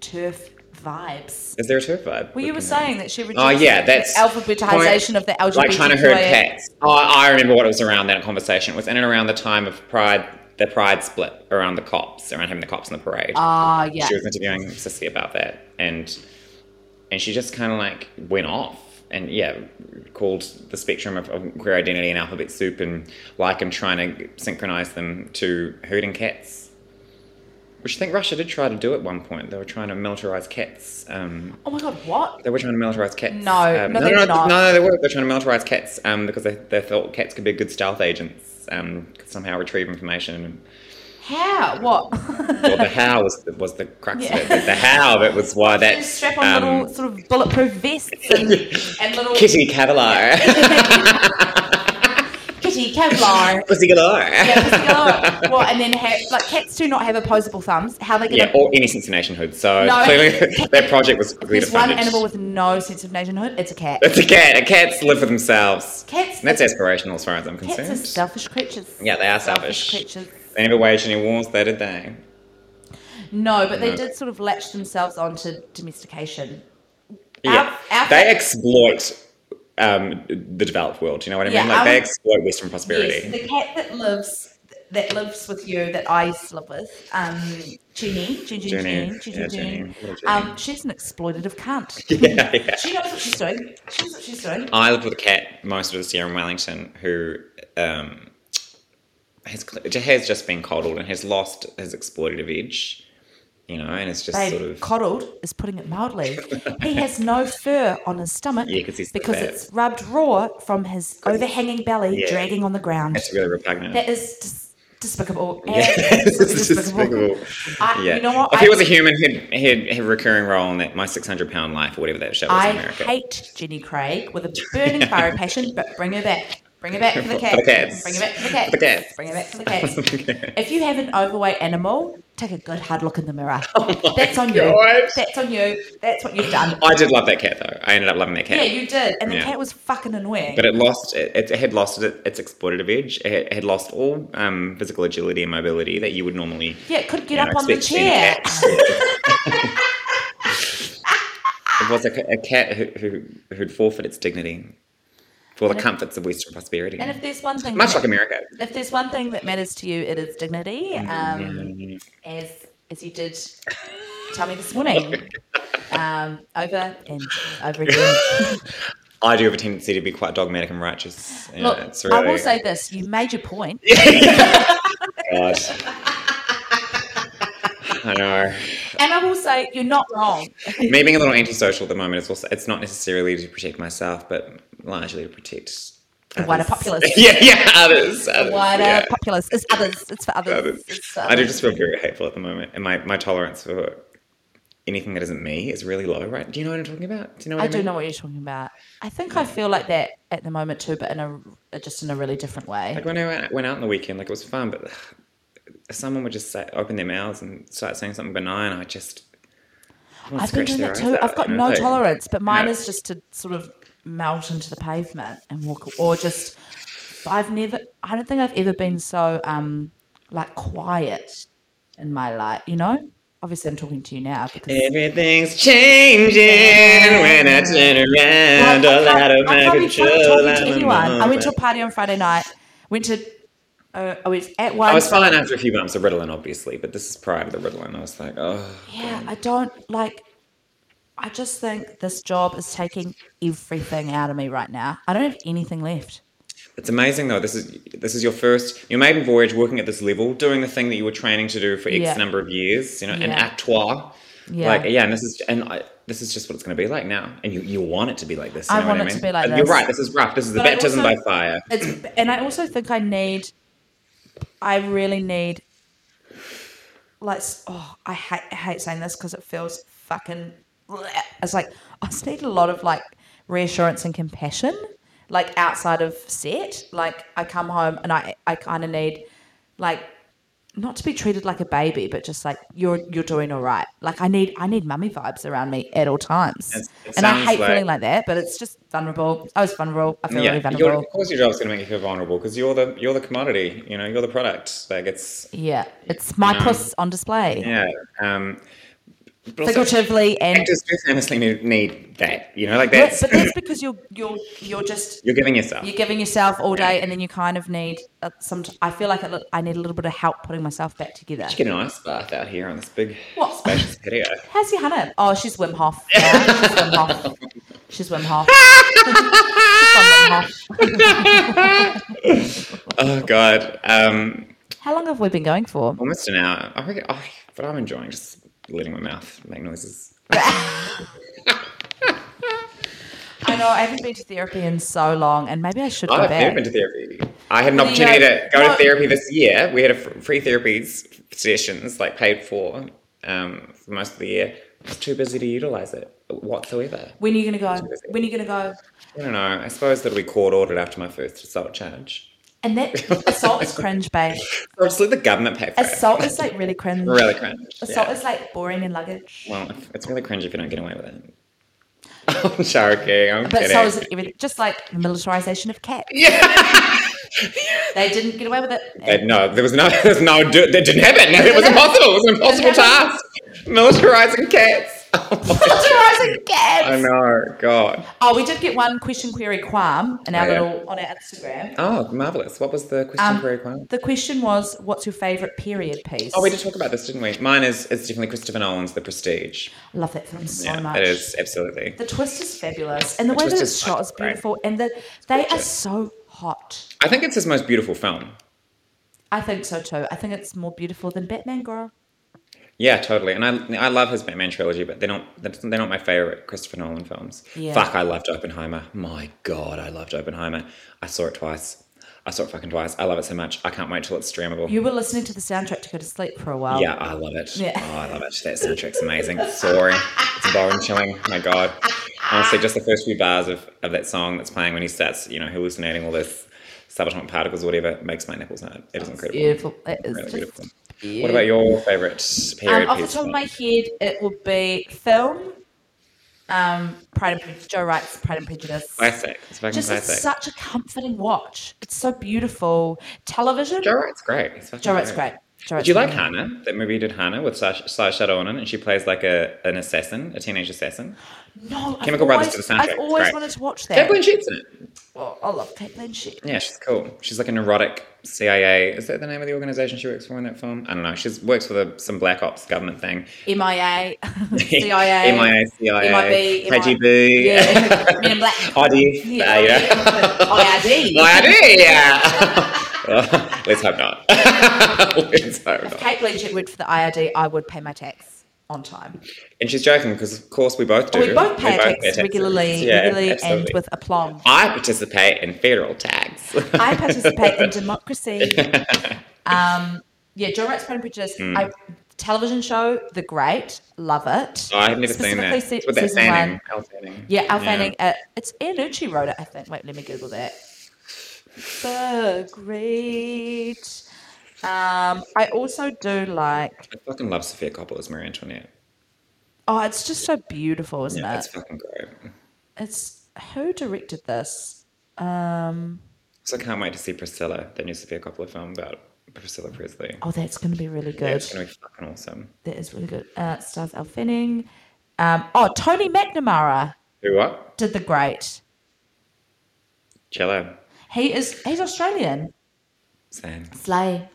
S3: turf vibes.
S4: Is there a turf vibe?
S3: Well, you were
S4: with Kim Hill?
S3: saying that she reduced
S4: Oh yeah, that's
S3: the alphabetization of the LGBTQIA.
S4: Like trying to herd cats. Oh, I remember what it was around that conversation. It was in and around the time of Pride, the Pride split around the cops, around having the cops in the parade.
S3: Ah, yeah.
S4: She was interviewing Sissy about that, and and she just kind of like went off, and yeah, called the spectrum of, of queer identity and alphabet soup, and like I'm trying to synchronize them to herding cats. Which I think Russia did try to do at one point. They were trying to militarize cats. Um,
S3: Oh my god, what?
S4: they were trying to militarize cats.
S3: No, no, they're
S4: Um, no,
S3: not.
S4: no, no, they were. They're trying to militarize cats um, because they, they thought cats could be good stealth agents, um, could somehow retrieve information.
S3: How? What?
S4: Well, the how was the, was the crux of it. The, the how that was why that
S3: Just strap
S4: um,
S3: on little sort of bulletproof vests and, and little
S4: Kitty Cavallaro,
S3: kitty Kevlar.
S4: Pussy Galore.
S3: yeah, just go, oh, well, and then have like cats do not have opposable thumbs. How are they gonna
S4: Yeah, or any sense of nationhood. So
S3: No.
S4: clearly, that project was quickly
S3: There's one
S4: defunded.
S3: animal with no sense of nationhood. It's a cat.
S4: It's a cat. A cats live for themselves.
S3: Cats-
S4: And that's aspirational as far as I'm
S3: Cats are
S4: concerned.
S3: selfish creatures.
S4: yeah, they are selfish.
S3: creatures.
S4: They never waged any wars, though, did they?
S3: No, but they
S4: No.
S3: did sort of latch themselves onto domestication.
S4: Yeah.
S3: our-
S4: they exploit um, the developed world. You know what I mean?
S3: Yeah,
S4: like they
S3: our-
S4: exploit Western prosperity.
S3: Yes, the cat that lives that lives with you that I used to live with, um, Junie, Junie,
S4: Junie.
S3: Junie,
S4: Yeah,
S3: Junie,
S4: Junie.
S3: Junie.
S4: Little Junie.
S3: Um, she's an exploitative cunt.
S4: yeah, yeah.
S3: She knows what she's doing. She knows what she's doing.
S4: I lived with a cat most of this year in Wellington who um, has, has just been coddled and has lost his exploitative edge, you know, and it's just
S3: Babe,
S4: sort of.
S3: coddled is putting it mildly. he has no fur on his stomach
S4: Yeah, 'cause he's the
S3: because
S4: fat.
S3: it's rubbed raw from his overhanging belly
S4: Yeah.
S3: dragging on the ground.
S4: it's really repugnant.
S3: That is dis- despicable.
S4: it's
S3: Absolutely
S4: despicable.
S3: I,
S4: yeah.
S3: You know what?
S4: If he
S3: I-
S4: was a human, he'd, he'd have a recurring role in that My 600 Pound Life or whatever that show is
S3: I
S4: in America.
S3: hate Jenny Craig with a burning fiery passion, but bring her back. Bring her back for the
S4: For
S3: cat.
S4: the cats.
S3: Bring her back for the cat.
S4: For the cats.
S3: Bring her back for the cat.
S4: Okay.
S3: if you have an overweight animal, take a good hard look in the mirror. That's on
S4: Oh God.
S3: you. That's on you. That's what you've done.
S4: I did love that cat, though. I ended up loving that cat.
S3: Yeah, you did. And the
S4: Yeah.
S3: cat was fucking annoying.
S4: But it lost it, it had lost it, its exploitative edge. It had, it had lost all um, physical agility and mobility that you would normally
S3: yeah, it couldn't get
S4: you know,
S3: up on the
S4: expect to see in a
S3: chair.
S4: cat. it was a, ca- a cat who, who who'd forfeit its dignity for the comforts of Western prosperity,
S3: And if there's one thing,
S4: much
S3: that-
S4: like America.
S3: if there's one thing that matters to you, it is dignity. Um,
S4: Mm.
S3: as as you did tell me this morning. Um, over and over again.
S4: I do have a tendency to be quite dogmatic and righteous. Yeah,
S3: Look,
S4: it's really,
S3: I will say this: you made your point.
S4: God. I know.
S3: And I will say you're not wrong.
S4: Me being a little antisocial at the moment is also it's not necessarily to protect myself, but largely to protect
S3: The wider
S4: others.
S3: populace.
S4: yeah, yeah, others. others,
S3: Wider
S4: yeah,
S3: populace. It's others. It's for others.
S4: others.
S3: It's um, for
S4: I do
S3: others.
S4: just feel very hateful at the moment, and my, my tolerance for anything that isn't me is really low. Right? Do you know what I'm talking about? Do you know what I,
S3: I do
S4: mean?
S3: know what you're talking about. I think I feel like that at the moment too, but in a uh, just in a really different way.
S4: Like when I went- went out on the weekend, like it was fun, but if someone would just say, open their mouths and start saying something benign, I just wanna
S3: I've
S4: scratch
S3: been doing
S4: their
S3: that
S4: eyes
S3: too.
S4: out,
S3: I've got
S4: you know,
S3: no
S4: like-
S3: tolerance, but mine
S4: No.
S3: is just to sort of melt into the pavement and walk, or just. I've never. I don't think I've ever been so um like quiet in my life. You know. Obviously, I'm talking to you now because
S4: Everything's changing when I turn around. All
S3: I
S4: out of
S3: can't- I
S4: my
S3: can't be
S4: control.
S3: fucking talking
S4: I'm
S3: to
S4: a
S3: anyone. I went to a
S4: moment.
S3: party on Friday night. Went to. Uh, I was at
S4: I
S3: one.
S4: was fine after a few bumps of Ritalin, obviously, but this is prior to the Ritalin. I was like, oh,
S3: yeah, I don't like. I just think this job is taking everything out of me right now. I don't have anything left.
S4: it's amazing though. This is this is your first your maiden voyage working at this level, doing the thing that you were training to do for X
S3: Yeah.
S4: number of years. You know, an
S3: Yeah.
S4: actoire.
S3: Yeah.
S4: Like yeah, and this is and I, this is just what it's going to be like now. And you, you want it to be like this. You
S3: I
S4: know
S3: want
S4: what I
S3: it to
S4: mean?
S3: be like
S4: And You're
S3: this.
S4: right. This is rough. This is the
S3: But I
S4: baptism
S3: also-
S4: by fire.
S3: It's and I also think I need. I really need. Like s- oh, I hate I hate saying this because it feels fucking. bleh. It's like I just need a lot of like reassurance and compassion, like outside of set. Like I come home and I I kind of need, like, not to be treated like a baby, but just like you're you're doing all right. Like I need I need mummy vibes around me at all times,
S4: It's- it
S3: and I
S4: sounds
S3: hate
S4: like-
S3: feeling like that. But it's just vulnerable. I was vulnerable. I feel really
S4: yeah,
S3: vulnerable.
S4: you're, of course your job's going to make you feel vulnerable because you're the you're the commodity. You know, you're the product. Like it's
S3: Yeah, it's my
S4: know?
S3: puss on display.
S4: yeah. Um, But also,
S3: figuratively and
S4: actors do famously need, need that. You know, like
S3: but,
S4: that's,
S3: but that's because you're you're you're just
S4: you're giving yourself.
S3: you're giving yourself all day and then you kind of need uh, some i feel like a li- I need a little bit of help putting myself back together
S4: You get an ice bath out here on this big
S3: What?
S4: spacious patio.
S3: how's your hannah oh she's wim hof Yeah, she's wim hof she's wim hof She's on Wim Hof.
S4: Oh god, um,
S3: how long have we been going for
S4: almost an hour. I reckon, oh, but I'm enjoying just letting my mouth make noises.
S3: i know i haven't been to therapy in so long and maybe i should go
S4: I've never
S3: back
S4: been to therapy. I had an
S3: Well, you
S4: opportunity
S3: know,
S4: to go
S3: no-
S4: to therapy this year. We had a fr- free therapy s- sessions, like paid for, um, for most of the year. I was too busy to utilize it whatsoever.
S3: when are you going to go when are you going to go
S4: I don't know. I suppose that'll be court ordered after my first assault charge.
S3: and that assault is cringe babe
S4: Or just let the government pay for
S3: assault
S4: it.
S3: is like really cringe
S4: really cringe.
S3: assault
S4: yeah.
S3: is like boring and luggage
S4: Well, it's really cringe if you don't get away with it. I'm joking. I'm
S3: But
S4: kidding.
S3: so is everything. Just like the militarization of cats. they didn't get away with it.
S4: Uh, no, there was no, there was no, do- that didn't happen. It was impossible. It was an impossible
S3: happen.
S4: task. Militarizing cats. Oh
S3: Militarizing
S4: I
S3: cats.
S4: know, God.
S3: Oh, we did get one question query qualm in our
S4: Oh, yeah.
S3: little on our Instagram.
S4: Oh, marvelous. What was the question
S3: Um,
S4: for Aquan?
S3: The question was, what's your favorite period piece?
S4: Oh, we did talk about this, didn't we? Mine is it's definitely Christopher Nolan's The Prestige.
S3: love that film so
S4: Yeah,
S3: much.
S4: it is absolutely.
S3: The twist is fabulous, and the, way
S4: twist
S3: that
S4: is
S3: it's shot is
S4: so great.
S3: beautiful, and the, they are so hot.
S4: I think it's his most beautiful film.
S3: I think so too. I think it's more beautiful than Batman Girl.
S4: Yeah, totally. And I, I love his Batman trilogy, but they're not they're not my favorite Christopher Nolan films.
S3: Yeah.
S4: Fuck, I loved Oppenheimer. My God, I loved Oppenheimer. I saw it twice. I saw it fucking twice. I love it so much. I can't wait till it's streamable.
S3: You were listening to the soundtrack to go to sleep for a while.
S4: Yeah, I love it.
S3: Um, Yeah.
S4: Oh, I love it. That soundtrack's amazing. It's soaring. It's bone chilling. My God. Honestly, just the first few bars of, of that song that's playing when he starts, you know, hallucinating all this subatomic particles or whatever makes my nipples hurt. It is incredible.
S3: Beautiful. It is
S4: Really
S3: just
S4: beautiful. What about your favourite
S3: Um,
S4: period
S3: off the
S4: piece?
S3: top of my head, it would be film, um, Pride and Prejudice, Joe Wright's Pride and Prejudice.
S4: classic. It's fucking
S3: Just
S4: classic.
S3: it's such a comforting watch. It's so beautiful. Television.
S4: Joe Wright's great. He's fucking
S3: Joe Wright's great. Joe Wright's
S4: Did you like
S3: great.
S4: Hannah? That movie you did Hannah with Sly, Sly Shadow on it, and she plays like a an assassin, a teenage assassin.
S3: No, I've
S4: Chemical Brothers
S3: always-
S4: to the soundtrack.
S3: I've always
S4: Great.
S3: wanted to watch
S4: Cat
S3: that.
S4: Blanchett's in it.
S3: Oh, I love Kate Blanchett.
S4: Yeah, she's cool. She's like an erotic CIA. Is that the name of the organization she works for in that film? I don't know. She's works for the, some black ops government thing.
S3: MIA, CIA,
S4: MIA, CIA,
S3: MIB,
S4: KGB,
S3: Yeah, Men in Black.
S4: IDF. Yeah.
S3: Yeah, IID.
S4: IID, yeah. Let's hope not. Let's hope not.
S3: Kate Blanchett worked for the IRD. I would pay my tax on time.
S4: And she's joking because, of course, we both do.
S3: Oh, We both pay our tax
S4: taxes.
S3: regularly,
S4: Yeah,
S3: regularly and
S4: absolutely.
S3: with aplomb.
S4: I participate in federal tax.
S3: I participate in democracy. Um, yeah, Joe Wright's Pride and Prejudice.
S4: Hmm.
S3: I, television show, The Great, love it.
S4: Oh, I've never seen that.
S3: Specifically se-
S4: It's with that
S3: season
S4: Fanning.
S3: one.
S4: Al Fanning.
S3: Yeah, Al Fanning. Uh, it's Ian Uchi wrote it, I think. Wait, let me Google that. The Great. Um, I also do like.
S4: I fucking love Sophia Coppola's Marie Antoinette.
S3: Oh, it's just so beautiful, isn't
S4: Yeah,
S3: it?
S4: it's fucking great.
S3: It's who directed this? Um,
S4: So I can't wait to see Priscilla, the new Sophia Coppola film about Priscilla Presley.
S3: oh, that's going to be really good.
S4: Yeah, it's gonna be fucking awesome.
S3: That is really good. Uh, it stars Elle Fanning. Um, oh, Tony McNamara
S4: Do what?
S3: did the great.
S4: Cello.
S3: He is he's Australian.
S4: Sam.
S3: Slay.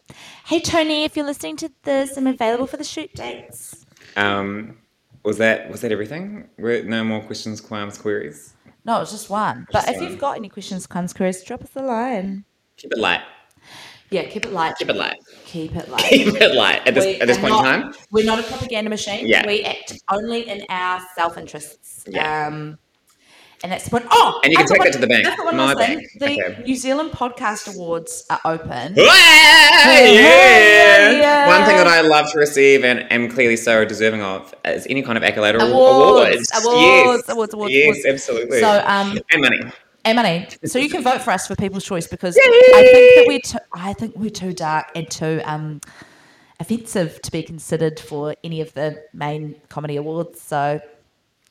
S3: Hey Tony, if you're listening to this, I'm available for the shoot dates.
S4: Um, was that was that everything? Were no more questions, qualms, queries?
S3: No, it's just one. But if
S4: one.
S3: you've got any questions, comments, queries, drop us a line.
S4: Keep it light.
S3: Yeah, keep it light.
S4: Keep it light.
S3: Keep it light.
S4: Keep it light. At this
S3: We
S4: at this
S3: are
S4: point
S3: not-
S4: in time.
S3: We're not a propaganda machine.
S4: Yeah.
S3: We act only in our self interests.
S4: Yeah.
S3: Um, and that's the point. Oh,
S4: And you can
S3: that's
S4: take
S3: one-
S4: that to the bank.
S3: that's one
S4: My
S3: last thing.
S4: bank.
S3: The
S4: Okay.
S3: New Zealand Podcast Awards are open.
S4: yeah.
S3: yeah.
S4: One thing that I love to receive and am clearly so deserving of is any kind of accolade or
S3: Awards,
S4: awards.
S3: awards,
S4: yes.
S3: awards, awards,
S4: Yes,
S3: awards.
S4: absolutely.
S3: So, um,
S4: and money.
S3: and money. So you can vote for us for People's Choice because I think that we're too, I think we're too dark and too um, offensive to be considered for any of the main comedy awards. So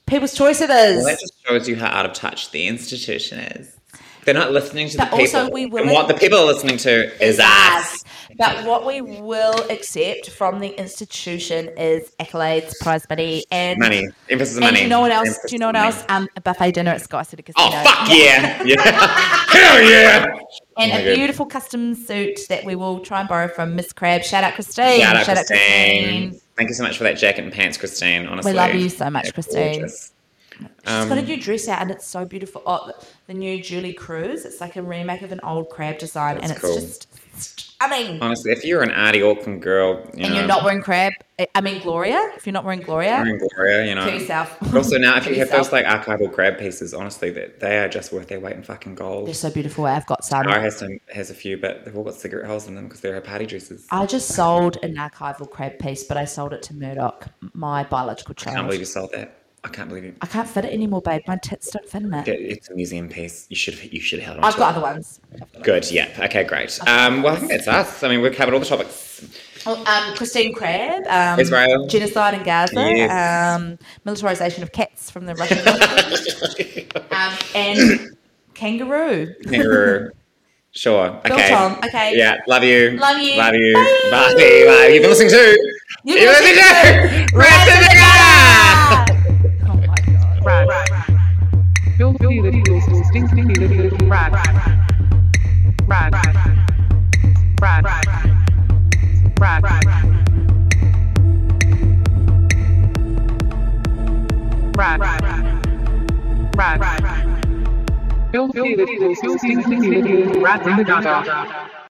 S3: People's Choice it is.
S4: Well, that just shows you how out of touch the institution is. They're not listening to
S3: But
S4: the people.
S3: also we will-
S4: and what the people are listening to is us.
S3: But what we will accept from the institution is accolades, prize money, and
S4: Money. Emphasis on
S3: And
S4: money.
S3: do you know what else?
S4: Emphasis
S3: Do you know
S4: on
S3: what
S4: money.
S3: else? Um, a buffet dinner at Sky City Casino.
S4: Oh, fuck yeah. Yeah. Hell yeah.
S3: And
S4: Oh my
S3: a
S4: God.
S3: beautiful custom suit that we will try and borrow from Miss Crab. Shout out Christine.
S4: Shout out, Christine. Thank you so much for that jacket and pants, Christine. Honestly,
S3: love you so much,
S4: They're
S3: Christine.
S4: gorgeous.
S3: She's
S4: Um,
S3: got a new dress out and it's so beautiful. Oh, the- the new Julie Cruz. It's like a remake of an old crab design and
S4: That's
S3: it's
S4: cool. Oh,
S3: just stunning.
S4: Honestly, if you're an arty Auckland girl, you
S3: and
S4: know,
S3: you're not wearing crab. eh, I- I mean, Gloria. If you're not wearing Gloria,
S4: wearing Gloria, you know.
S3: to yourself.
S4: But also now, if
S3: To
S4: you have
S3: yourself.
S4: those like archival grab pieces, honestly, that they are just worth their weight in fucking gold.
S3: they're so beautiful. I've got some.
S4: Nara has some, has a few, but they've all got cigarette holes in them because they're her party dresses. I
S3: I just sold an archival crab piece, but I sold it to Murdoch, my biological child.
S4: can't believe you sold that. I can't believe it.
S3: I can't fit it anymore, babe. My tits don't fit in it.
S4: That- It's a museum piece. You should have you should have held on.
S3: I've
S4: to
S3: got
S4: it.
S3: other ones.
S4: Good. Yep. Okay. Great. Um, well, I think that's us. I mean, we've covered all the topics.
S3: Well, um, Christine Crabb, um,
S4: Israel.
S3: genocide in Gaza,
S4: Yes.
S3: um, militarization of cats from the Russian, um, and kangaroo.
S4: Kangaroo. sure. Okay.
S3: Tom. Okay.
S4: Yeah. Love you.
S3: Love you.
S4: Love you.
S3: Bye.
S4: Bye. Bye. You've been listening to. You've been listening to. Rats in the Gutter.
S3: Oh my god.
S5: Filthy little little stinky little little rat. Rat. Rat. Rat. Rat. Rat. Filthy little filthy little little rat in the gutter.